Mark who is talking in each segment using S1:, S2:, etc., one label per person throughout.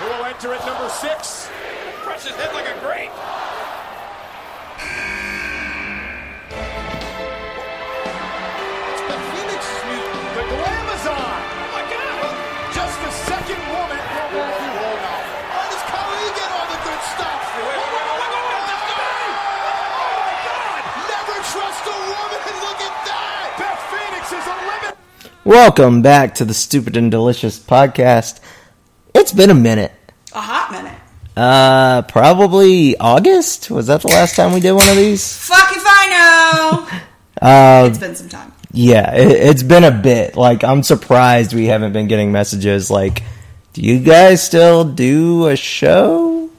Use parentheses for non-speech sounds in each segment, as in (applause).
S1: who will enter at number six. Crushes his head like a grape. It's the Phoenix music. The glam is on. Oh my God. Just the second woman. Hold on, hold on. Why does Kylie get all the good stuff? Never trust a woman. Look at that. Beth Phoenix is a limit.
S2: Welcome back to the Stupid and Delicious podcast. It's been a minute.
S3: A hot minute.
S2: Uh, probably August? Was that the last time we did one of these?
S3: Fuck if I
S2: (laughs)
S3: know.
S2: Um,
S3: it's been some time.
S2: Yeah, it, it's been a bit. Like, I'm surprised we haven't been getting messages like, do you guys still do a show?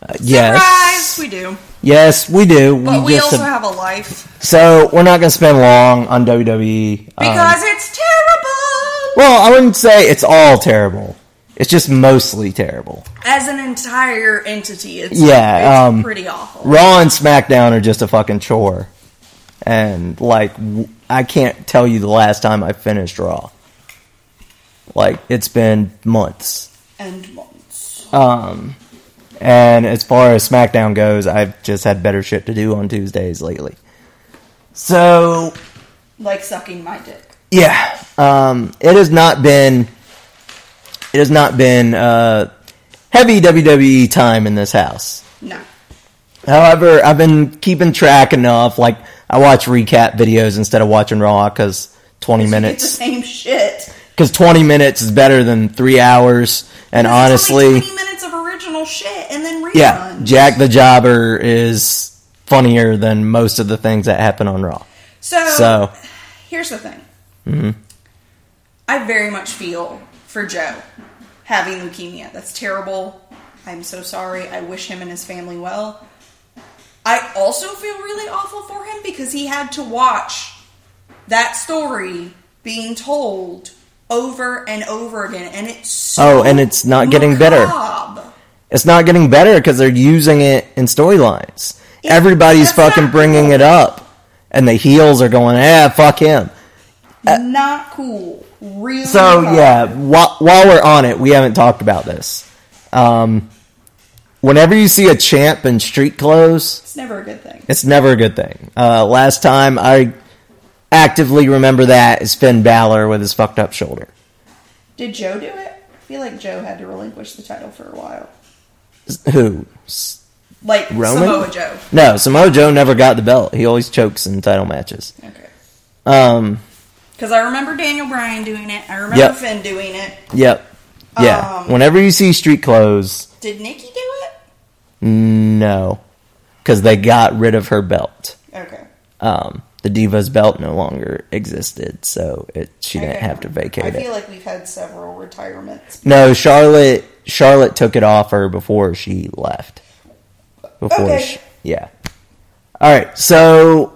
S2: Uh, yes. Mm,
S3: Surprise, we do.
S2: yes, um, we do.
S3: But we,
S2: just
S3: also
S2: have-
S3: have a life
S2: so, we're not going to spend long on WWE. um,
S3: because it's terrible.
S2: well, I wouldn't say it's all terrible. It's just mostly terrible.
S3: As an entire entity, it's
S2: Yeah,
S3: it's
S2: um,
S3: pretty awful.
S2: Raw and SmackDown are just a fucking chore. And like w- I can't tell you the last time I finished Raw. Like it's been months.
S3: And months.
S2: Um and as far as SmackDown goes, I've just had better shit to do on Tuesdays lately. So,
S3: like sucking my dick.
S2: yeah, um, it has not been it has not been uh, heavy WWE time in this house.
S3: No,
S2: However, I've been keeping track enough. Like I watch recap videos instead of watching Raw because twenty
S3: it's the
S2: minutes
S3: same shit.
S2: because twenty minutes is better than three hours. And
S3: It's only
S2: honestly,
S3: 20 minutes of original shit and then reruns.
S2: yeah, Jack the Jobber is funnier than most of the things that happen on Raw.
S3: So,
S2: So
S3: here's the thing.
S2: Mm-hmm.
S3: I very much feel for Joe having leukemia. That's terrible. I'm so sorry. I wish him and his family well. I also feel really awful for him because he had to watch that story being told over and over again, and it's so
S2: Oh, and it's not getting better.
S3: macabre.
S2: it's not getting better because they're using it in storylines.
S3: It-
S2: Everybody's
S3: that's not
S2: fucking bringing
S3: cool.
S2: it up, and the heels are going, "Ah, fuck him."
S3: not cool. Really.
S2: Uh, So
S3: macabre.
S2: yeah, while, while we're on it, we haven't talked about this. Um, whenever you see a champ in street clothes,
S3: it's never a good thing.
S2: it's never a good thing. Uh, last time I actively remember that is Finn Balor with his fucked up shoulder.
S3: Did Joe do it? I feel like Joe had to relinquish the title for a while.
S2: Who? S-
S3: Like
S2: Roman?
S3: Samoa Joe.
S2: No, Samoa Joe never got the belt. He always chokes in title matches.
S3: Okay.
S2: Um,
S3: Because I remember Daniel Bryan doing it. I remember
S2: Yep.
S3: Finn doing it.
S2: yep, yeah.
S3: Um.
S2: whenever you see street clothes,
S3: Did Nikki do it?
S2: no, because they got rid of her belt.
S3: Okay.
S2: um, the Divas belt no longer existed, so it she didn't have to
S3: I
S2: vacate it.
S3: feel like we've had several retirements.
S2: No, Charlotte Charlotte took it off her before she left. Before
S3: Okay.
S2: she, yeah. All right, so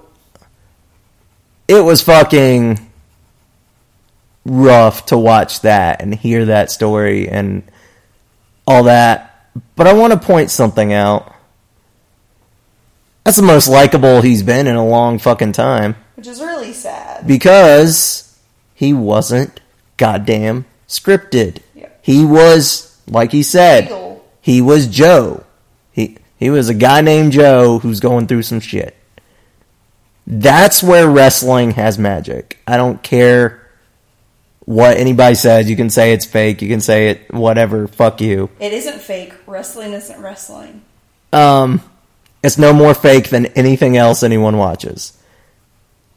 S2: it was fucking rough to watch that and hear that story and all that. But I want to point something out. That's the most likable he's been in a long fucking time
S3: Which is really sad.
S2: because he wasn't goddamn scripted.
S3: Yeah.
S2: He was, like he said,
S3: Real.
S2: he was Joe. He he was a guy named Joe who's going through some shit. That's where wrestling has magic. I don't care what anybody says. You can say it's fake. You can say it whatever. Fuck you.
S3: It isn't fake. Wrestling isn't wrestling.
S2: Um, it's no more fake than anything else anyone watches.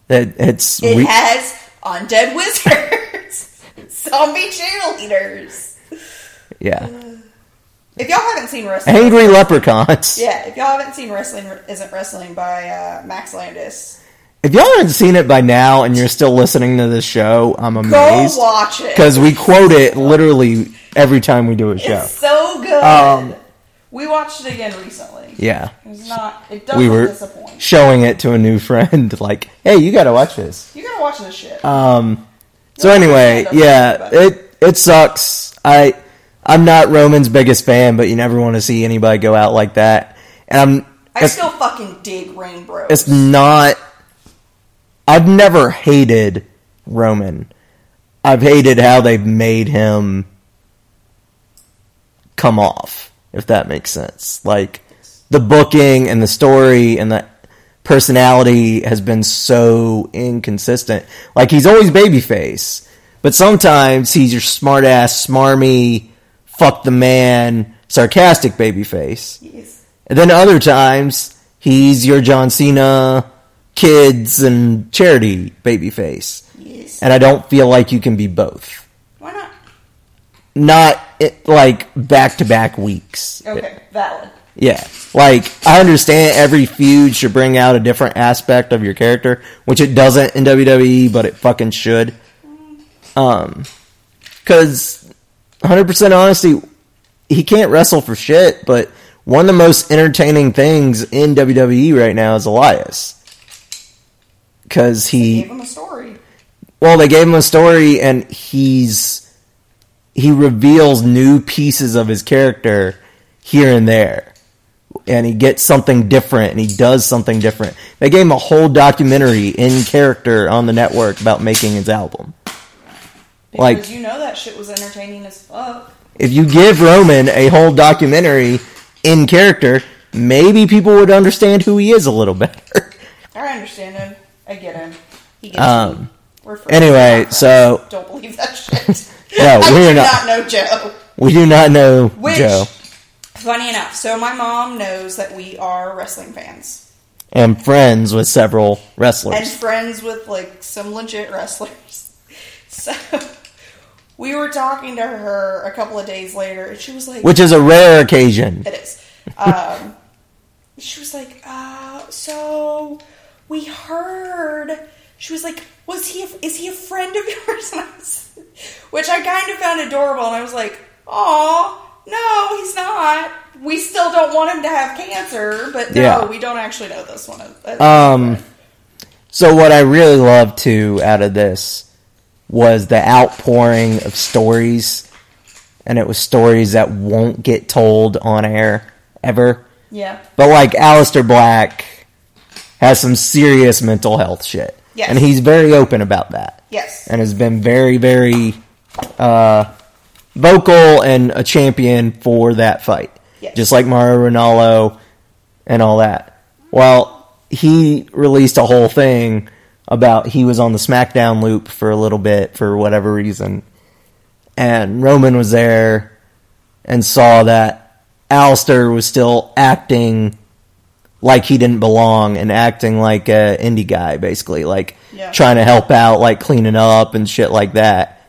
S2: It, it's
S3: It
S2: re-
S3: has undead wizards, (laughs) zombie cheerleaders.
S2: yeah,
S3: If y'all haven't seen wrestling,
S2: angry leprechauns.
S3: yeah. If y'all haven't seen wrestling isn't wrestling by uh, Max Landis,
S2: If y'all haven't seen it by now and you're still listening to this show, I'm
S3: go
S2: amazed
S3: watch it.
S2: because we quote it literally every time we do a show.
S3: It's so good.
S2: Um,
S3: we watched it again recently.
S2: Yeah,
S3: It's not. It doesn't
S2: we were
S3: disappoint.
S2: showing it to a new (laughs) friend. Like, hey, you got to watch this.
S3: You gotta watch this shit.
S2: Um, so anyway, yeah, it it sucks. I I'm not Roman's biggest fan, but you never want to see anybody go out like that. And I'm
S3: I
S2: it's-
S3: still fucking dig Rain Bros.
S2: it's not I've never hated Roman. I've hated how they've made him come off, if that makes sense. Like the booking and the story and the personality has been so inconsistent. Like he's always babyface, but sometimes he's your smart ass, smarmy, fuck the man, sarcastic babyface.
S3: Yes.
S2: And then other times he's your John Cena, kids and charity babyface.
S3: Yes.
S2: And I don't feel like you can be both.
S3: Why not?
S2: Not it, like back to back weeks.
S3: Okay, valid.
S2: Yeah. Like, I understand every feud should bring out a different aspect of your character, which it doesn't in WWE, but it fucking should. Um, cause 100% honesty, he can't wrestle for shit, but one of the most entertaining things in WWE right now is Elias. Cause he,
S3: Gave him a story.
S2: well, they gave him a story, and he's he reveals new pieces of his character here and there, and he gets something different, and he does something different. They gave him a whole documentary in character on the network about making his album.
S3: Because
S2: Like-
S3: you know that shit was entertaining as fuck.
S2: If you give Roman a whole documentary in character, maybe people would understand who he is a little (laughs) better.
S3: I understand him. I get him. He gets
S2: Um,
S3: me. We're friends.
S2: anyway, so
S3: don't believe that shit.
S2: (laughs)
S3: (laughs)
S2: No,
S3: I
S2: we're
S3: do
S2: not.
S3: not know Joe.
S2: we do not know
S3: Which,
S2: Joe.
S3: funny enough, so my mom knows that we are wrestling fans
S2: I'm friends with several wrestlers.
S3: and friends with like some legit wrestlers. (laughs) So we were talking to her a couple of days later, and she was like,
S2: which is a rare occasion.
S3: It is. Um, she was like, uh, so we heard. She was like, was he? A, is he a friend of yours? (laughs) And I was, which I kind of found adorable, and I was like, oh no, he's not. We still don't want him to have cancer, but no,
S2: Yeah.
S3: we don't actually know this one. Uh,
S2: Um, so what I really loved too out of this was the outpouring of stories, and it was stories that won't get told on air ever.
S3: yeah,
S2: But like Alistair Black has some serious mental health shit,
S3: Yes.
S2: and he's very open about that,
S3: yes,
S2: and has been very very uh, vocal and a champion for that fight,
S3: Yes.
S2: just like Mario Ronaldo and all that. Well, he released a whole thing about he was on the SmackDown loop for a little bit for whatever reason, and Roman was there and saw that Alistair was still acting like he didn't belong and acting like a indie guy, basically, like
S3: Yeah.
S2: trying to help out, like cleaning up and shit like that.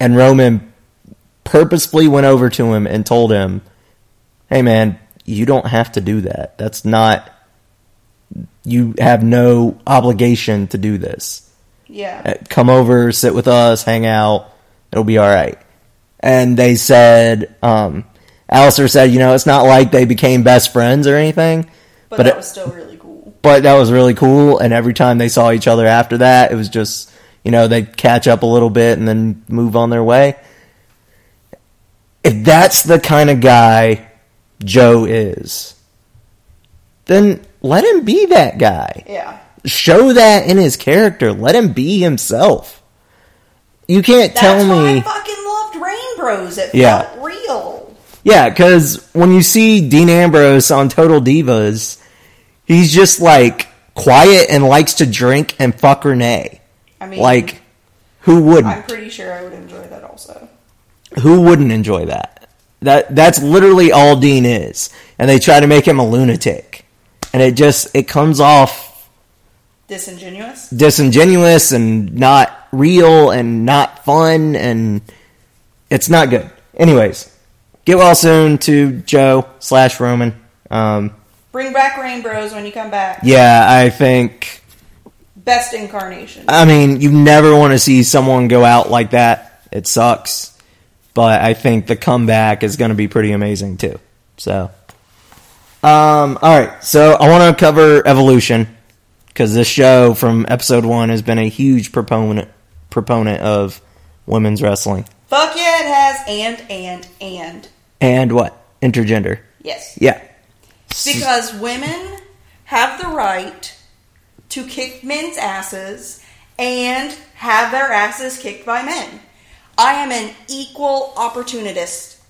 S2: And Roman purposefully went over to him and told him, "Hey, man, you don't have to do that. That's not." You have no obligation to do this
S3: yeah,
S2: uh, come over, sit with us, hang out. It'll be all right. And they said, um, Alistair said, you know, it's not like they became best friends or anything,
S3: but,
S2: but
S3: that
S2: it-
S3: was still really cool.
S2: but that was really cool. And every time they saw each other after that, it was just, you know, they'd catch up a little bit and then move on their way. If that's the kind of guy Joe is, then let him be that guy
S3: Yeah,
S2: show that in his character. Let him be himself. You can't
S3: that's
S2: tell
S3: why
S2: me,
S3: I fucking loved Rain Bros. It
S2: Yeah.
S3: felt real.
S2: yeah, because when you see Dean Ambrose on Total Divas, he's just like quiet and likes to drink and fuck Renee.
S3: I mean,
S2: Like, who
S3: I'm
S2: wouldn't?
S3: pretty sure I would enjoy that also.
S2: Who wouldn't enjoy that? That that's literally all Dean is, and they try to make him a lunatic, and it just it comes off
S3: disingenuous.
S2: disingenuous and not real and not fun and it's not good. Anyways, get well soon to Joe slash Roman. Um,
S3: Bring back Rain Bros when you come back.
S2: yeah, I think.
S3: Best incarnation.
S2: I mean, you never want to see someone go out like that. It sucks, but I think the comeback is going to be pretty amazing too. So, um, all right. So I want to cover Evolution because this show from episode one has been a huge proponent proponent of women's wrestling
S3: Fuck yeah, it has and and and
S2: and what intergender.
S3: yes,
S2: Yeah,
S3: because women have the right to kick men's asses and have their asses kicked by men. I am an equal opportunist.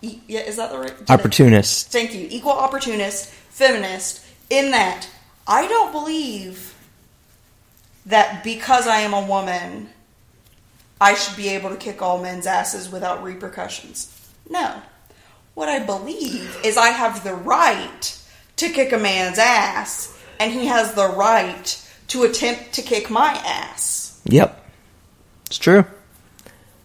S3: e- yeah, is that the right? did I-
S2: Opportunist.
S3: Thank you. Equal opportunist, feminist, in that I don't believe that because I am a woman, I should be able to kick all men's asses without repercussions. No. What I believe is I have the right to kick a man's ass, and he has the right to attempt to kick my ass
S2: Yep. It's true.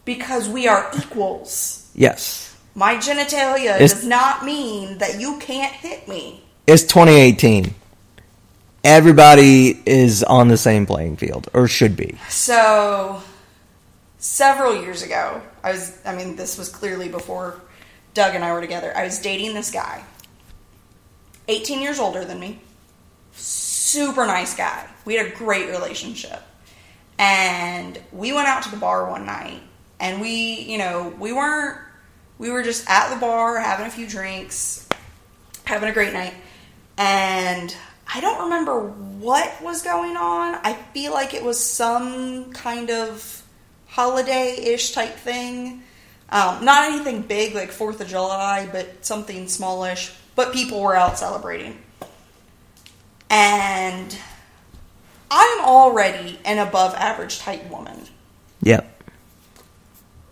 S3: because we are equals.
S2: Yes.
S3: My genitalia
S2: It's-
S3: does not mean that you can't hit me.
S2: It's 2018. Everybody is on the same playing field, or should be.
S3: So, several years ago, I was, I mean, this was clearly before Doug and I were together. I was dating this guy, 18 years older than me, super nice guy. We had a great relationship. And we went out to the bar one night, and we, you know, we weren't, we were just at the bar having a few drinks, having a great night. And I don't remember what was going on. I feel like it was some kind of holiday ish type thing. Um, not anything big like 4th of July, but something smallish. But people were out celebrating. And I'm already an above average type woman.
S2: Yep.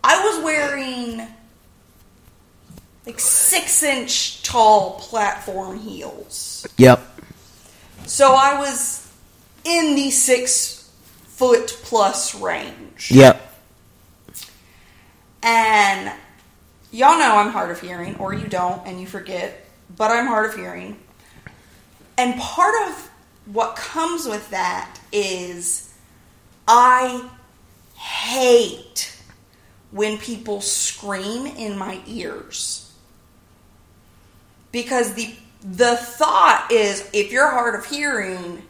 S3: I was wearing like six inch tall platform heels.
S2: Yep.
S3: So I was in the six foot plus range.
S2: Yep.
S3: And y'all know I'm hard of hearing, or you don't and you forget, but I'm hard of hearing. And part of what comes with that is I hate when people scream in my ears. Because the the thought is if you're hard of hearing,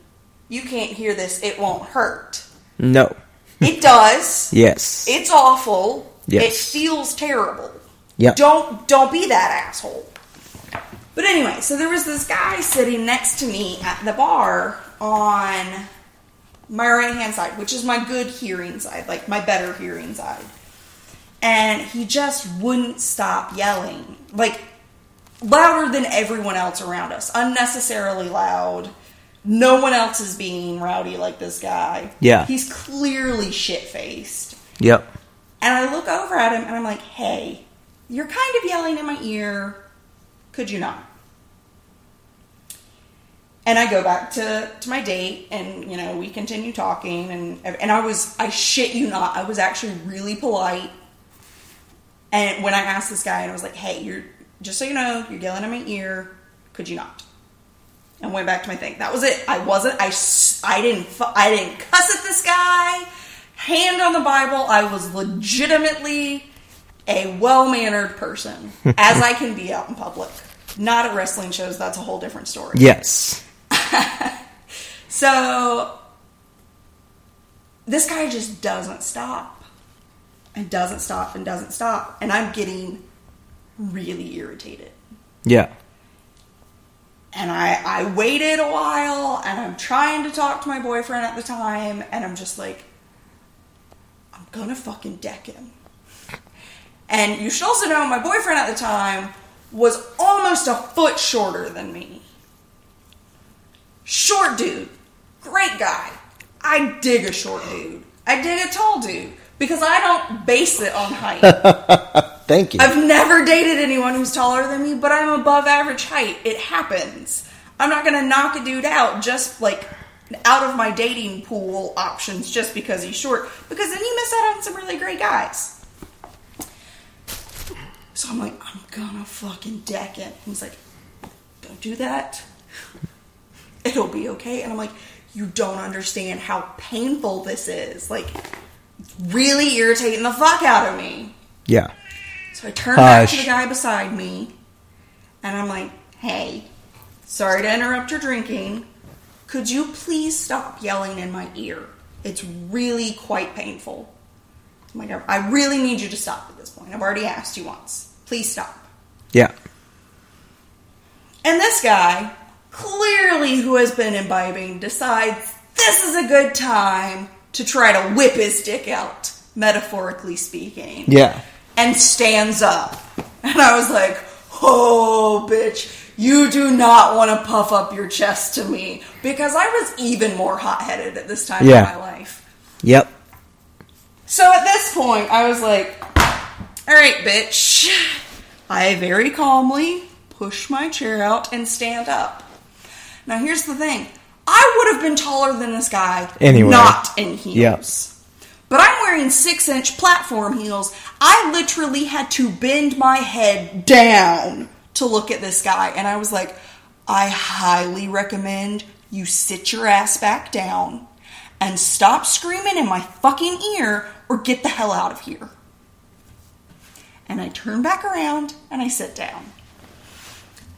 S3: you can't hear this, it won't hurt.
S2: No.
S3: It does.
S2: Yes.
S3: It's awful.
S2: Yes.
S3: It feels terrible.
S2: Yep.
S3: Don't don't be that asshole. But anyway, so there was this guy sitting next to me at the bar on my right hand side, which is my good hearing side, like my better hearing side. And he just wouldn't stop yelling. Like louder than everyone else around us. Unnecessarily loud. No one else is being rowdy like this guy.
S2: Yeah.
S3: He's clearly shit faced.
S2: Yep.
S3: And I look over at him and I'm like, hey, you're kind of yelling in my ear. Could you not? And I go back to, to my date and, you know, we continue talking. And, and I was, I shit you not, I was actually really polite. And when I asked this guy, and I was like, hey, you're, just so you know, you're yelling in my ear. Could you not? and went back to my thing. That was it. I wasn't. I s- I didn't. fu- I didn't cuss at this guy. Hand on the Bible. I was legitimately a well mannered person, as I can be out in public. Not at wrestling shows. That's a whole different story.
S2: Yes.
S3: So this guy just doesn't stop and doesn't stop and doesn't stop, and I'm getting really irritated.
S2: Yeah.
S3: and I, I waited a while and I'm trying to talk to my boyfriend at the time and I'm just like, I'm gonna fucking deck him. And you should also know my boyfriend at the time was almost a foot shorter than me. Short dude. Great guy. I dig a short dude. I dig a tall dude because I don't base it on height. (laughs)
S2: Thank you.
S3: I've never dated anyone who's taller than me, but I'm above average height. It happens. I'm not gonna knock a dude out just like out of my dating pool options just because he's short, because then you miss out on some really great guys. So I'm like, I'm gonna fucking deck him. He's like, don't do that. It'll be okay. And I'm like, you don't understand how painful this is. Like, really irritating the fuck out of me.
S2: yeah.
S3: So I turn back to
S2: Hush.
S3: the guy beside me, and I'm like, "Hey, sorry to interrupt your drinking. Could you please stop yelling in my ear? It's really quite painful. I'm like, I I really need you to stop at this point. I've already asked you once. Please stop."
S2: Yeah.
S3: And this guy, clearly who has been imbibing, decides this is a good time to try to whip his dick out, metaphorically speaking
S2: Yeah.
S3: and stands up. And I was like, oh, bitch, you do not want to puff up your chest to me. Because I was even more hot headed at this time
S2: Yeah.
S3: in my life.
S2: Yep.
S3: So at this point, I was like, all right, bitch. I very calmly push my chair out and stand up. Now, here's the thing I would have been taller than this guy,
S2: Anyway.
S3: not in heels.
S2: Yep.
S3: But I'm wearing six inch platform heels. I literally had to bend my head down to look at this guy. And I was like, I highly recommend you sit your ass back down and stop screaming in my fucking ear or get the hell out of here. And I turn back around and I sit down.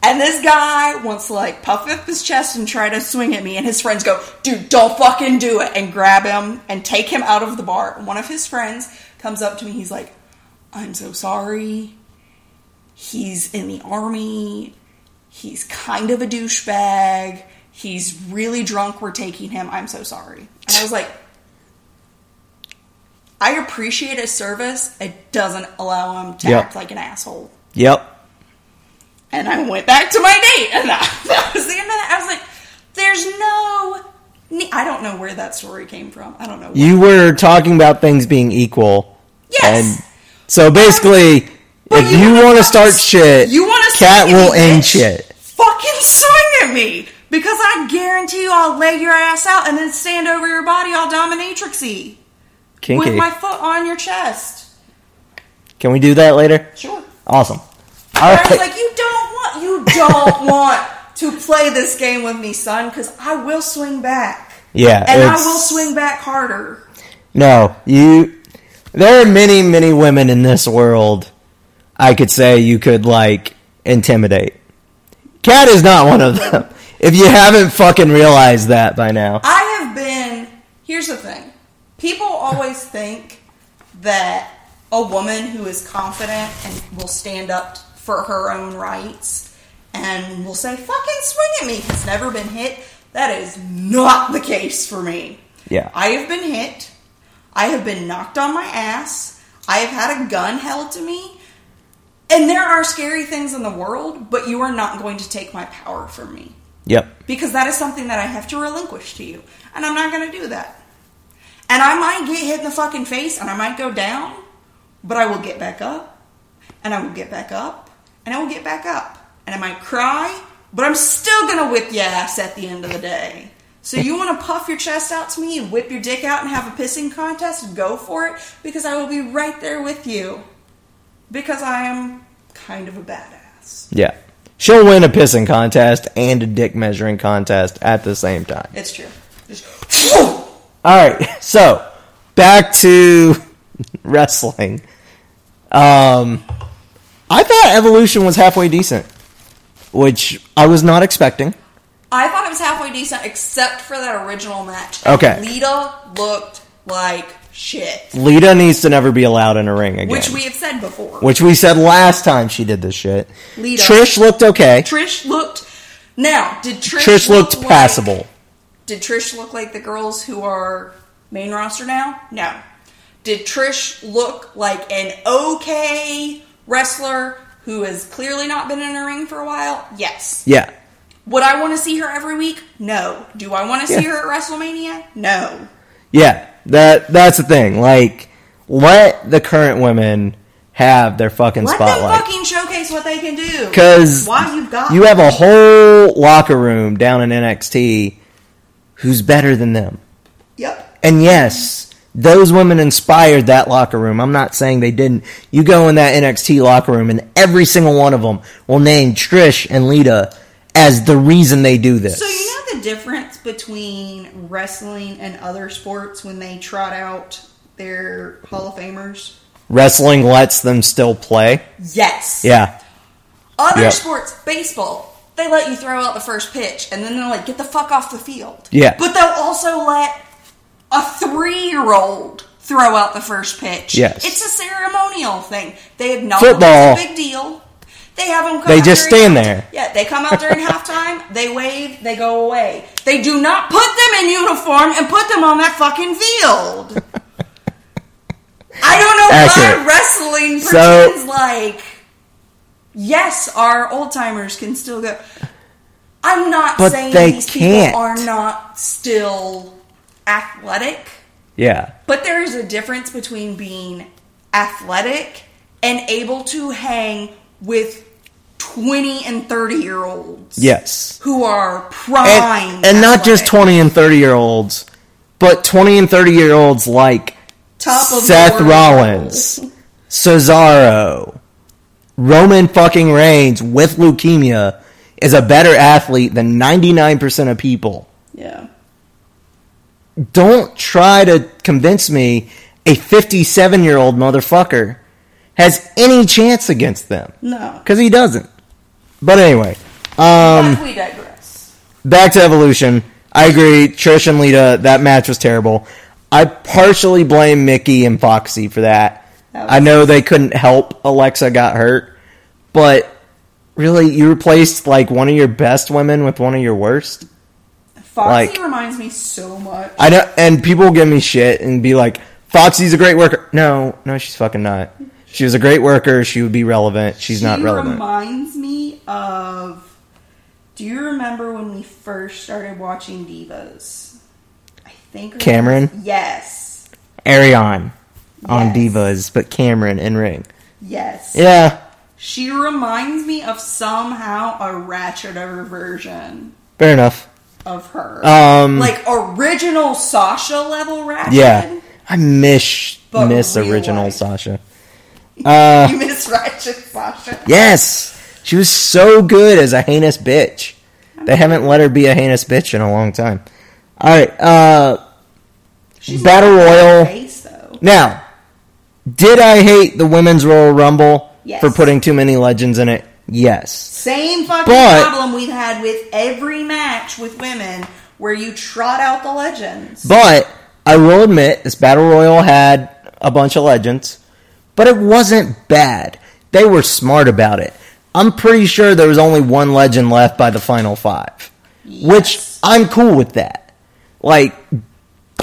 S3: And this guy wants to like puff up his chest and try to swing at me. And his friends go, dude, don't fucking do it. And grab him and take him out of the bar. And one of his friends comes up to me. He's like, I'm so sorry. He's in the army. He's kind of a douchebag. He's really drunk. We're taking him. I'm so sorry. And I was like, I appreciate his service. It doesn't allow him to
S2: Yep.
S3: act like an asshole.
S2: Yep.
S3: And I went back to my date, and (laughs) that, that was the end of that. I was like, "There's no." ne- I don't know where that story came from. I don't know.
S2: You were talking about things being equal.
S3: Yes.
S2: And so basically,
S3: But
S2: if you
S3: wanna
S2: want to
S3: fucking
S2: start
S3: s-
S2: shit,
S3: you want to
S2: Cat will end shit.
S3: Fucking swing at me because I guarantee you, I'll lay your ass out and then stand over your body all dominatrixy
S2: Kinky.
S3: with my foot on your chest.
S2: Can we do that later?
S3: Sure.
S2: Awesome. All
S3: And I was
S2: right.
S3: like, you don't want, you don't (laughs) want to play this game with me, son, because I will swing back,
S2: Yeah.
S3: and I
S2: it's-
S3: will swing back harder.
S2: No, you. There are many, many women in this world. I could say you could like intimidate. Cat is not one of them. (laughs) If you haven't fucking realized that by now,
S3: I have been. Here's the thing people always think that a woman who is confident and will stand up for her own rights and will say, fucking swing at me, has never been hit. That is not the case for me.
S2: Yeah.
S3: I have been hit. I have been knocked on my ass. I have had a gun held to me. And there are scary things in the world, but you are not going to take my power from me
S2: yep,
S3: because that is something that I have to relinquish to you, and I'm not going to do that. And I might get hit in the fucking face, and I might go down, but I will get back up, and I will get back up, and I will get back up, and I might cry, but I'm still going to whip your ass at the end of the day. So you want to puff your chest out to me and whip your dick out and have a pissing contest? Go for it, because I will be right there with you, because I am kind of a badass.
S2: yeah. She'll win a pissing contest and a dick measuring contest at the same time.
S3: It's true. Just- (laughs)
S2: All right, (laughs) so back to (laughs) wrestling. Um, I thought Evolution was halfway decent, which I was not expecting.
S3: I thought it was halfway decent, except for that original match.
S2: Okay.
S3: Lita looked like shit,
S2: Lita needs to never be allowed in a ring again.
S3: which we have said before.
S2: Which we said last time she did this shit.
S3: Lita.
S2: Trish looked okay.
S3: Trish looked. Now, did Trish?
S2: Trish
S3: look
S2: looked
S3: like-
S2: passable.
S3: Did Trish look like the girls who are main roster now? No. Did Trish look like an okay wrestler who has clearly not been in a ring for a while? Yes.
S2: Yeah.
S3: Would I want to see her every week? No. Do I want to see
S2: Yeah.
S3: her at WrestleMania? No.
S2: Yeah. That that's the thing. Like let the current women have their fucking
S3: Let them
S2: spotlight.
S3: fucking showcase what they can do.
S2: Cuz
S3: why you got
S2: you have a whole locker room down in NXT who's better than them.
S3: yep.
S2: And yes, those women inspired that locker room. I'm not saying they didn't. You go in that NXT locker room, and every single one of them will name Trish and Lita as the reason they do this.
S3: So you know the difference between wrestling and other sports when they trot out their Hall of Famers?
S2: Wrestling lets them still play.
S3: Yes.
S2: Yeah.
S3: Other
S2: Yeah.
S3: sports, baseball, they let you throw out the first pitch and then they're like, get the fuck off the field.
S2: Yeah.
S3: But they'll also let a three year old throw out the first pitch.
S2: Yes.
S3: It's a ceremonial thing. They acknowledge
S2: Football.
S3: it's a big deal. They have them come
S2: They
S3: out
S2: just
S3: during
S2: stand
S3: halftime.
S2: there.
S3: Yeah, they come out during
S2: (laughs)
S3: halftime, they wave, they go away. They do not put them in uniform and put them on that
S2: (laughs)
S3: fucking field. I don't know
S2: Accurate.
S3: why wrestling
S2: So-
S3: pretends like Yes, our old timers can still go. I'm not
S2: But
S3: saying
S2: they
S3: these
S2: can't.
S3: people are not still athletic,
S2: Yeah.
S3: but there is a difference between being athletic and able to hang with 20 and 30 year olds.
S2: Yes.
S3: Who are prime.
S2: and, and not just
S3: athletic.
S2: 20 and 30 year olds, but 20 and 30 year olds like
S3: Top of
S2: Seth
S3: the world.
S2: Rollins, Cesaro, Roman fucking Reigns with leukemia is a better athlete than 99% of people.
S3: (laughs) Yeah.
S2: Don't try to convince me a 57 year old motherfucker has any chance against them
S3: No.
S2: because he doesn't. But anyway. Um,
S3: but we digress.
S2: back to evolution. I agree. Trish and Lita, that match was terrible. I partially blame Mickey and Foxy for that.
S3: That was-
S2: I know they couldn't help Alexa got hurt, but really, you replaced like one of your best women with one of your worst.
S3: Foxy
S2: like-
S3: reminds me so much.
S2: I know, and people give me shit and be like, "Foxy's a great worker." No, no, she's fucking not. She was a great worker. She would be relevant. She's not
S3: She
S2: relevant.
S3: reminds me of. Do you remember when we first started watching Divas? I think her name
S2: Cameron?
S3: was- Yes,
S2: Arion on
S3: Yes.
S2: Divas, but Cameron in ring.
S3: yes.
S2: Yeah,
S3: She reminds me of somehow a ratcheter version
S2: fair enough.
S3: of her,
S2: Um,
S3: like original Sasha level ratchet.
S2: Yeah, (laughs) I miss
S3: But
S2: miss
S3: real
S2: original
S3: life.
S2: Sasha. Uh,
S3: you miss ratchet Sasha.
S2: Yes, she was so good as a heinous bitch. They haven't let her be a heinous bitch in a long time. All right, uh,
S3: She's
S2: Battle
S3: not
S2: Royal.
S3: face though.
S2: now, did I hate the women's Royal Rumble
S3: Yes.
S2: for putting too many legends in it? Yes.
S3: Same fucking
S2: But-
S3: problem we've had with every match with women where you trot out the legends.
S2: But I will admit, this battle royal had a bunch of legends, but it wasn't bad. They were smart about it. I'm pretty sure there was only one legend left by the final five, which
S3: Yes.
S2: I'm cool with that. Like,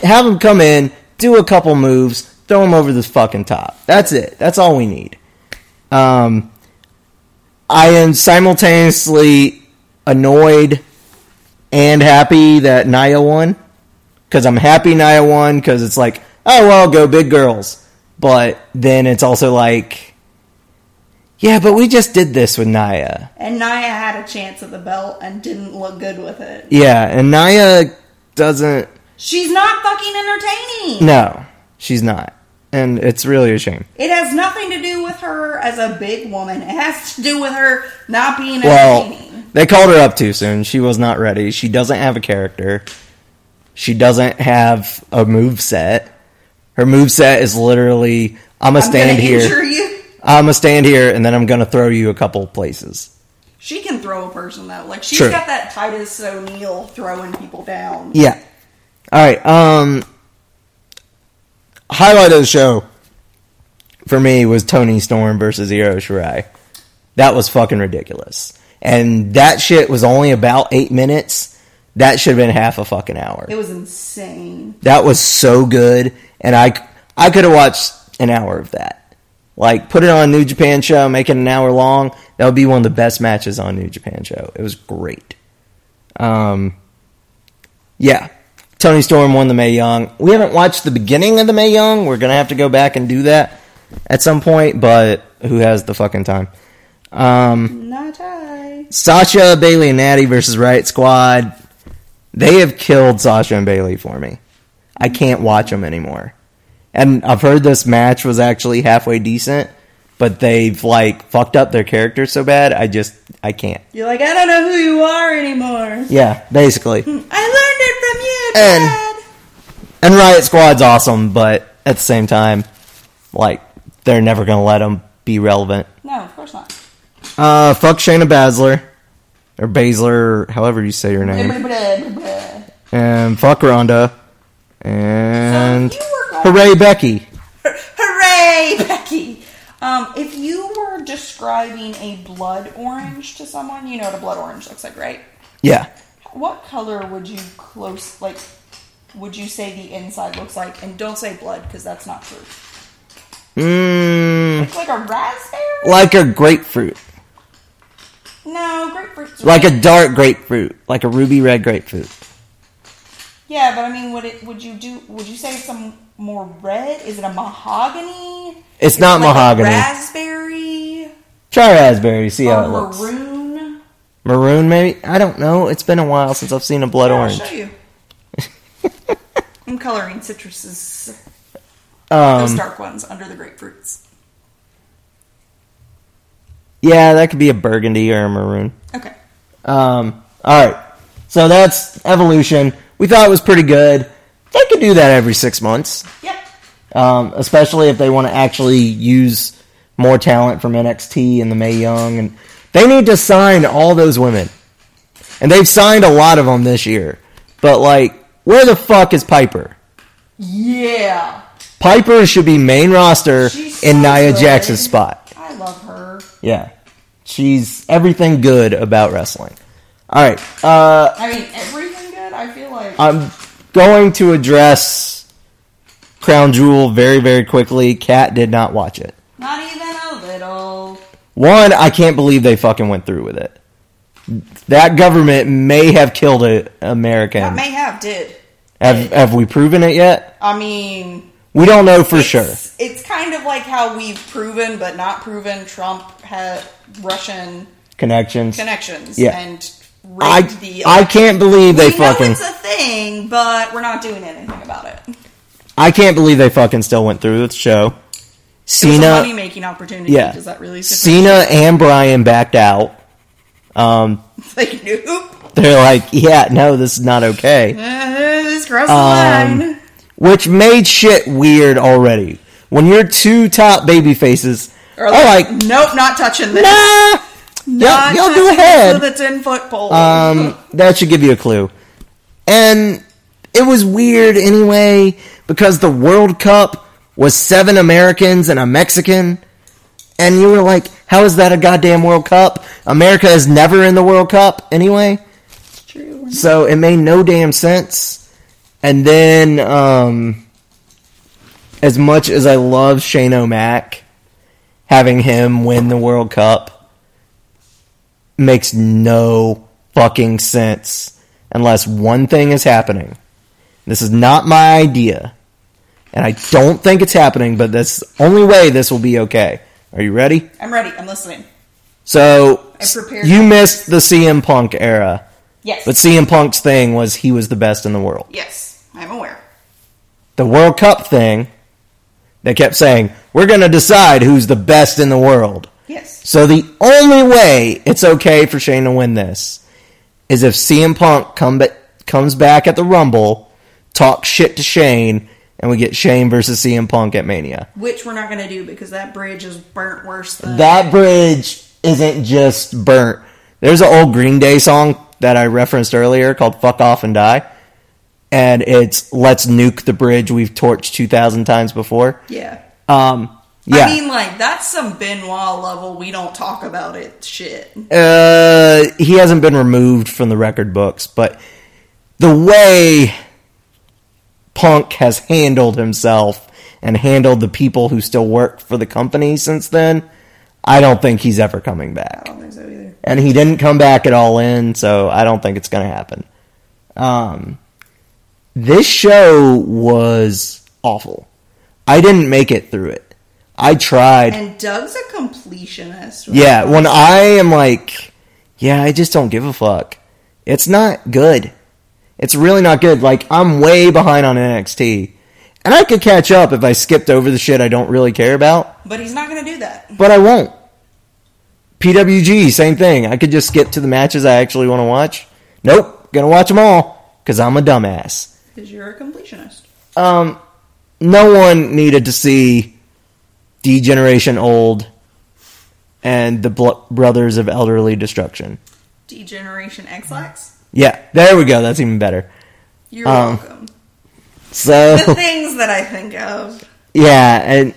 S2: have them come in, do a couple moves, throw them over the fucking top. That's it. That's all we need. Um, I am simultaneously annoyed and happy that Nia won because I'm happy Nia won because it's like, oh well, go big girls. But then it's also like, yeah, but we just did this with Nia.
S3: And Naya had a chance at the belt and didn't look good with it.
S2: Yeah, and Nia doesn't.
S3: She's not fucking entertaining.
S2: No, she's not, and it's really a shame.
S3: It has nothing to do with her as a big woman. It has to do with her not being
S2: Well,
S3: entertaining.
S2: they called her up too soon. She was not ready. She doesn't have a character. She doesn't have a move set. Her move set is literally, I'm gonna
S3: I'm
S2: stand
S3: gonna
S2: here.
S3: injure you.
S2: I'm gonna stand here, and then I'm gonna throw you a couple places.
S3: She can throw a person though. Like she's
S2: True.
S3: got that Titus O'Neil throwing people down.
S2: Yeah. All right. Um, highlight of the show for me was Tony Storm versus Io Shirai. That was fucking ridiculous, and that shit was only about eight minutes. That should have been half a fucking hour.
S3: It was insane.
S2: That was so good, and I I could have watched an hour of that. Like put it on a New Japan show, make it an hour long. That would be one of the best matches on New Japan show. It was great. Um, yeah, Tony Storm won the May Young. We haven't watched the beginning of the May Young. We're gonna have to go back and do that at some point, but who has the fucking time?
S3: Not I.
S2: Sasha, Bailey, and Natty versus Riot Squad. They have killed Sasha and Bailey for me. I can't watch them anymore. And I've heard this match was actually halfway decent, but they've like fucked up their character so bad. I just I can't.
S3: You're like, I don't know who you are anymore.
S2: Yeah, basically.
S3: I learned it from you,
S2: And-
S3: Dad.
S2: (laughs) And Riot Squad's awesome, but at the same time, like they're never gonna let them be relevant.
S3: no, of course not.
S2: Uh, fuck Shayna Baszler or Baszler, however you say your name.
S3: So
S2: and fuck Rhonda, and
S3: if you were going-
S2: hooray Becky.
S3: hooray, (laughs) Becky! Um, if you were describing a blood orange to someone, you know what a blood orange looks like, right?
S2: Yeah,
S3: What color would you close like? Would you say the inside looks like? And don't say blood because that's not true.
S2: mm,
S3: It's like a raspberry.
S2: like a Mmm. grapefruit.
S3: grapefruit's
S2: Like a dark grapefruit, like a ruby red grapefruit.
S3: Yeah, but I mean, would it? Would you do? Would you say it's a more red? Is it a mahogany?
S2: It's
S3: Is
S2: not
S3: it like a
S2: mahogany.
S3: raspberry.
S2: Try raspberry, see how
S3: or
S2: it looks.
S3: Oh, maroon.
S2: Maroon, maybe? I don't know. It's been a while since I've seen a blood
S3: Here, I'll
S2: orange. (laughs)
S3: show you. I'm coloring citruses, those
S2: Um,
S3: dark ones under the grapefruits.
S2: yeah, that could be a burgundy or a maroon.
S3: Okay.
S2: Um, all right. So that's evolution. We thought it was pretty good. They could do that every six months,
S3: Yep.
S2: um, especially if they want to actually use more talent from NXT and the May Young, and they need to sign all those women. And they've signed a lot of them this year. But like, where the fuck is Piper?
S3: Yeah.
S2: Piper should be main roster
S3: She's
S2: in
S3: so
S2: Nia
S3: good.
S2: Jax's spot.
S3: I love her.
S2: Yeah. She's everything good about wrestling. All right. Uh,
S3: I mean, everything good. I feel like
S2: I'm going to address Crown Jewel very, very quickly. Kat did not watch it.
S3: not even a little.
S2: One, I can't believe they fucking went through with it. That government may have killed an
S3: I
S2: American.
S3: may have did.
S2: have, have we proven it yet?
S3: I mean,
S2: We don't know for
S3: it's-
S2: sure.
S3: It's kind of like how we've proven but not proven Trump had Russian
S2: Connections.
S3: connections
S2: Yeah.
S3: and
S2: I,
S3: rigged the.
S2: I can't believe they
S3: we know
S2: fucking.
S3: it's a thing, but we're not doing anything about it. It's
S2: I can't believe they fucking still went through with the show.
S3: a
S2: Cena.
S3: money making opportunity.
S2: Yeah.
S3: Does that really?
S2: Cena and Brian backed out. Um,
S3: (laughs) like nope.
S2: they're like, yeah, no, this is not okay.
S3: Uh, this crossed
S2: Um,
S3: the line.
S2: Which made shit weird already. When your two top baby faces
S3: Or
S2: are
S3: like,
S2: like,
S3: nope, not touching this.
S2: nah,
S3: not
S2: y'all, y'all
S3: touching
S2: go ahead.
S3: This with a ten foot pole.
S2: Um, that should give you a clue. And it was weird anyway because the World Cup was seven Americans and a Mexican. And you were like, how is that a goddamn World Cup? America is never in the World Cup anyway.
S3: True.
S2: So it made no damn sense. And then, um, as much as I love Shane O'Mac, having him win the World Cup makes no fucking sense unless one thing is happening. This is not my idea. And I don't think it's happening, but that's the only way this will be okay. Are you ready?
S3: (laughs) I'm ready. I'm listening.
S2: So,
S3: I prepared.
S2: you missed the CM Punk era.
S3: Yes.
S2: But CM Punk's thing was he was the best in the world.
S3: yes, I'm aware.
S2: The World Cup thing, they kept saying, we're going to decide who's the best in the world.
S3: Yes.
S2: So the only way it's okay for Shane to win this is if CM Punk come ba- comes back at the Rumble, talks shit to Shane, and we get Shane versus CM Punk at Mania.
S3: Which we're not going to do because that bridge is burnt worse than
S2: That bridge isn't just burnt. There's an old Green Day song that I referenced earlier called Fuck Off and Die. And it's Let's Nuke the Bridge we've torched 2,000 times before.
S3: Yeah.
S2: Um, yeah.
S3: I mean, like that's some Benoit level. We don't talk about it. Shit.
S2: Uh, he hasn't been removed from the record books, but the way Punk has handled himself and handled the people who still work for the company since then, I don't think he's ever coming back.
S3: I don't think so either.
S2: and he didn't come back at all in, so I don't think it's going to happen. Um, this show was awful. I didn't make it through it. I tried.
S3: And Doug's a completionist. right?
S2: yeah, when I am like, yeah, I just don't give a fuck. It's not good. It's really not good. Like I'm way behind on NXT, and I could catch up if I skipped over the shit I don't really care about
S3: But he's not going to do that.
S2: but I won't. PWG, same thing. I could just skip to the matches I actually want to watch. Nope, gonna watch them all because I'm a dumbass.
S3: Because you're a completionist.
S2: Um, no one needed to see Degeneration Old and the Bl- Brothers of Elderly Destruction.
S3: Degeneration X-Lax.
S2: Yeah, there we go. That's even better.
S3: You're
S2: Um,
S3: welcome.
S2: So (laughs)
S3: (laughs) The things that I think of.
S2: yeah, and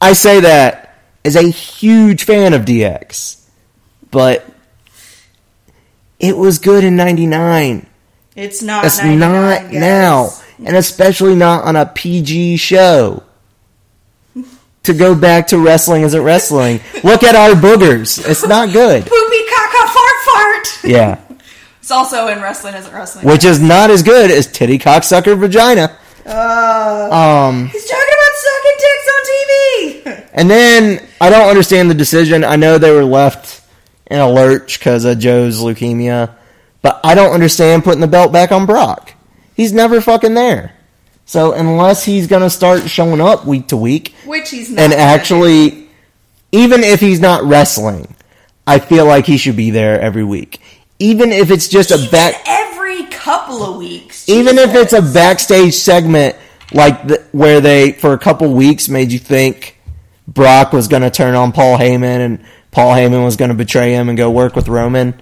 S2: I say that as a huge fan of DX, but it was good in '99.
S3: It's not.
S2: It's
S3: 99,
S2: not
S3: guys.
S2: now, and especially not on a PG show. to go
S3: (laughs)
S2: back to wrestling isn't wrestling. Look at our boogers; it's not good.
S3: Poopy caca fart fart. (laughs)
S2: Yeah.
S3: It's also in wrestling isn't wrestling.
S2: Which is not as good as titty cocksucker vagina. Um,
S3: Uh, He's talking about sucking dicks on TV.
S2: and then I don't understand the decision. I know they were left in a lurch because of Joe's leukemia, but I don't understand putting the belt back on Brock. He's never fucking there. So unless he's gonna start showing up week to week,
S3: (laughs) Which he's not.
S2: and actually, even if he's not wrestling, I feel like he should be there every week. Even if it's just a
S3: Even
S2: back,
S3: every couple of weeks.
S2: even if it's a
S3: Jesus.
S2: backstage segment like the, where they for a couple weeks made you think Brock was going to turn on Paul Heyman and Paul Heyman was going to betray him and go work with Roman.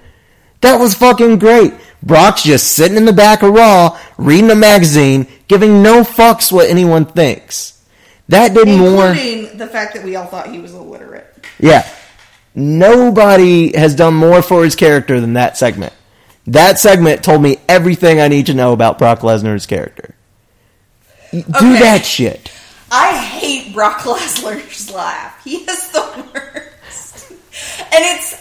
S2: That was fucking great. Brock's just sitting in the back of Raw, reading a magazine, giving no fucks what anyone thinks. That did more.
S3: including the fact that we all thought he was illiterate.
S2: Yeah. Nobody has done more for his character than that segment. That segment told me everything I need to know about Brock Lesnar's character. Y- Do
S3: Okay.
S2: that shit.
S3: I hate Brock (laughs) Lesnar's laugh. He is the worst. And it's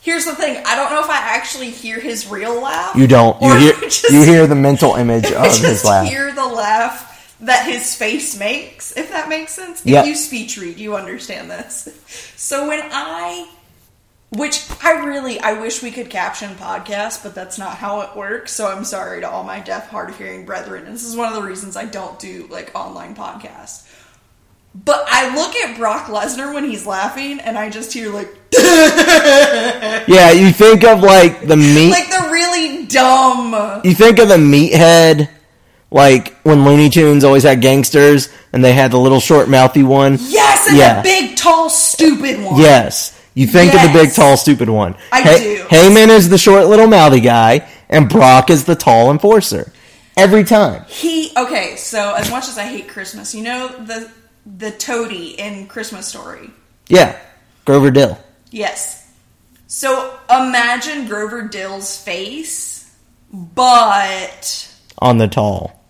S3: here's the thing. I don't know if I actually hear his real laugh.
S2: You don't. You
S3: or
S2: hear,
S3: I (laughs) just-
S2: you hear the mental image
S3: (laughs)
S2: of
S3: I
S2: his
S3: just
S2: laugh.
S3: hear the laugh that his face makes, if that makes sense.
S2: Yep.
S3: If you speech read, you understand this. (laughs) So when I which I really I wish we could caption podcasts, but that's not how it works. So I'm sorry to all my deaf, hard of hearing brethren. This is one of the reasons I don't do like online podcasts. But I look at Brock Lesnar when he's laughing, and I just hear like
S2: Yeah, you think of like
S3: (laughs)
S2: the meat.
S3: like the really dumb.
S2: you think of the meathead, like when Looney Tunes always had gangsters and they had the little short mouthy one.
S3: Yes, and
S2: Yeah.
S3: the big, tall, stupid one.
S2: Yes. You think of the big,
S3: Yes.
S2: tall, stupid one.
S3: I
S2: Hey-
S3: do.
S2: Heyman is the short, little, mouthy guy, and Brock is the tall enforcer. Every time.
S3: He okay. So as much as I hate Christmas, you know the the toady in Christmas Story.
S2: Yeah. Grover Dill.
S3: Yes. So imagine Grover Dill's face, but
S2: On the tall.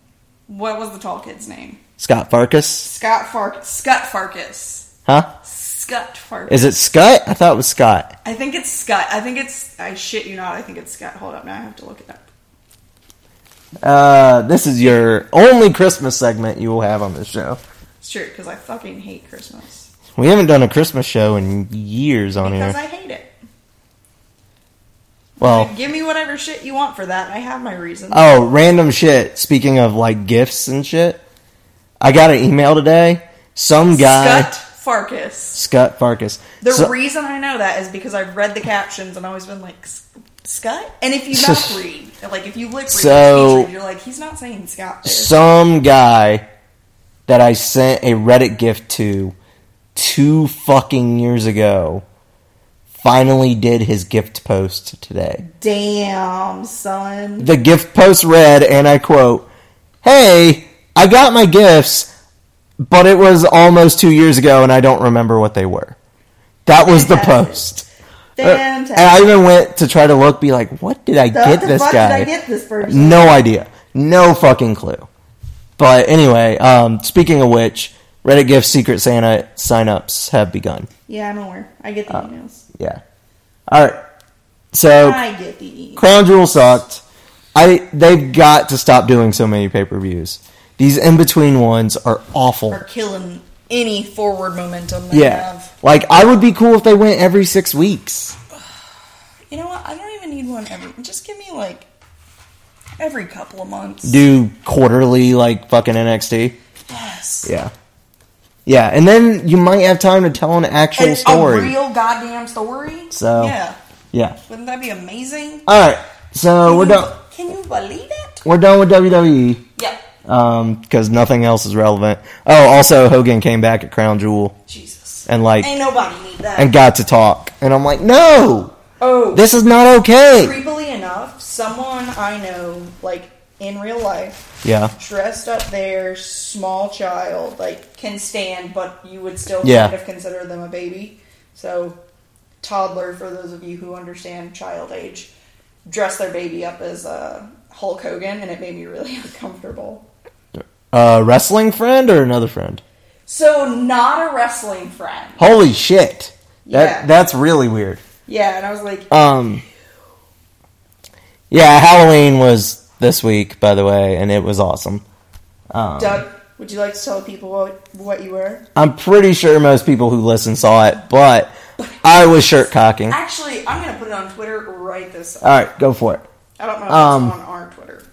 S3: what was the tall kid's name?
S2: Scott Farkas?
S3: Scott Fark Scott Farkas.
S2: Huh?
S3: Scott Farkas.
S2: Is it Scott? I thought it was Scott.
S3: I think it's Scott. I think it's. I shit you not. I think it's Scott. Hold up. Now I have to look it up.
S2: Uh, this is your only Christmas segment you will have on this show.
S3: It's true because I fucking hate Christmas
S2: We haven't done a Christmas show in years on
S3: because
S2: here.
S3: I hate it.
S2: well,
S3: Give me whatever shit you want for that. I have my reasons.
S2: Oh, random shit. Speaking of like gifts and shit, I got an email today. Some guy,
S3: Scott Farkas.
S2: Scott Farkas.
S3: The
S2: So-
S3: reason I know that is because I've read the captions and always been like, "S- Scott? And
S2: (laughs)
S3: if you mouth read, like if you lip read,
S2: So-
S3: speech read, you're like, he's not saying Scott there.
S2: some guy that I sent a Reddit gift to two fucking years ago finally did his gift post today.
S3: Damn, son.
S2: The gift post read, and I quote, Hey, I got my gifts, but it was almost two years ago and I don't remember what they were. That was the
S3: Fantastic.
S2: post. (laughs) Uh,
S3: Fantastic.
S2: And I even went to try to look, be like, what did I
S3: The-
S2: get
S3: the
S2: this
S3: fuck
S2: guy? Mm.
S3: did I get this person?
S2: No idea. No fucking clue. But anyway, um, speaking of which, Reddit Gift Secret Santa signups have begun.
S3: Yeah, I'm aware. I get the emails.
S2: Yeah. All right. Uh, So
S3: I get the emails.
S2: Crown Jewel sucked. I they've got to stop doing so many pay per views. These in between ones are awful.
S3: Are killing any forward momentum they
S2: Yeah.
S3: have.
S2: Like I would be cool if they went every six weeks.
S3: You know what? I don't even need one every. Just give me like every couple of months.
S2: Do quarterly like fucking NXT.
S3: Yes.
S2: Yeah. Yeah, and then you might have time to tell an actual
S3: And
S2: story.
S3: A real goddamn story.
S2: So-
S3: yeah,
S2: yeah.
S3: wouldn't that be amazing?
S2: All right. So we're
S3: Can you-
S2: done.
S3: Can you believe it?
S2: We're done with WWE
S3: Yeah.
S2: because um, nothing else is relevant. Oh, also Hogan came back at Crown Jewel
S3: Jesus.
S2: and like
S3: Ain't nobody need that.
S2: and got to talk, and I'm like, no,
S3: oh,
S2: this is not okay.
S3: creepily enough, someone I know, like in real life,
S2: Yeah,
S3: dressed up their small child, like can stand, but you would still
S2: Yeah.
S3: kind of consider them a baby. So, toddler for those of you who understand child age, dress their baby up as uh, Hulk Hogan, and it made me really (laughs) uncomfortable.
S2: a Uh, wrestling friend or another friend?
S3: So, not a wrestling friend.
S2: Holy shit, that
S3: Yeah.
S2: that's really weird.
S3: Yeah, and I was like,
S2: Um, Yeah, Halloween was this week, by the way, and it was awesome.
S3: Doug, would you like to tell people what, what you were?
S2: I'm pretty sure most people who listen saw it, but I was shirt cocking. All
S3: (laughs) Actually, I'm gonna put it on Twitter right this.
S2: right, go for it.
S3: I don't know if
S2: Um,
S3: it's on our Twitter.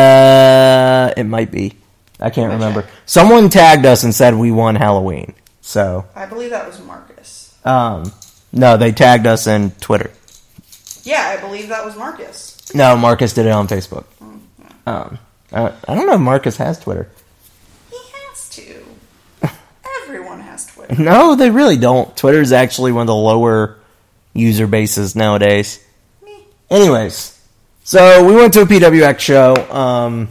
S2: Uh, it might be. I can't remember. Someone tagged us and said we won Halloween. So,
S3: I believe that was Marcus.
S2: um, no, they tagged us in Twitter.
S3: Yeah, I believe that was Marcus.
S2: No, Marcus did it on Facebook. Um, uh, I don't know if Marcus has Twitter. (laughs)
S3: He has to. Everyone has
S2: (laughs)
S3: Twitter.
S2: No, they really don't. Twitter's actually one of the lower user bases nowadays.
S3: Me.
S2: Anyways, so we went to a PWX show, um,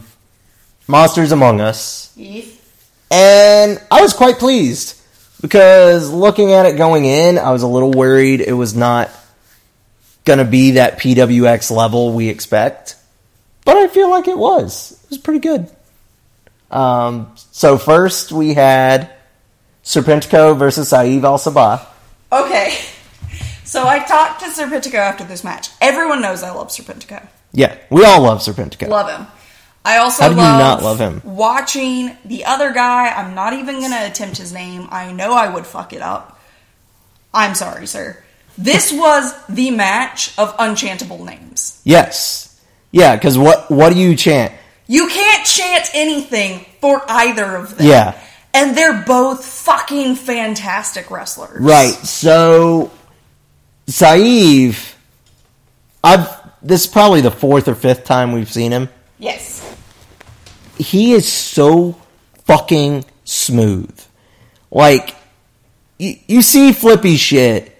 S2: Monsters Among Us,
S3: Heath.
S2: and I was quite pleased because looking at it going in, I was a little worried it was not going to be that PWX level we expect, but I feel like it was. It was pretty good. Um, so first we had Serpentico versus Saeed Al Sabah.
S3: Okay. (laughs) So I talked to Serpentico after this match. Everyone knows I love Serpentico.
S2: Yeah, we all love Serpentico.
S3: Love him. I also
S2: How do you
S3: love
S2: not love him?
S3: watching the other guy. I'm not even going to attempt his name. I know I would fuck it up. I'm sorry, sir.
S2: (laughs)
S3: This was the match of unchantable names.
S2: Yes. Yeah, because what what do you chant?
S3: You can't chant anything for either of them.
S2: Yeah.
S3: And they're both fucking fantastic wrestlers.
S2: Right. So Saif I've this is probably the fourth or fifth time we've seen him.
S3: Yes.
S2: He is so fucking smooth. Like you, you see flippy shit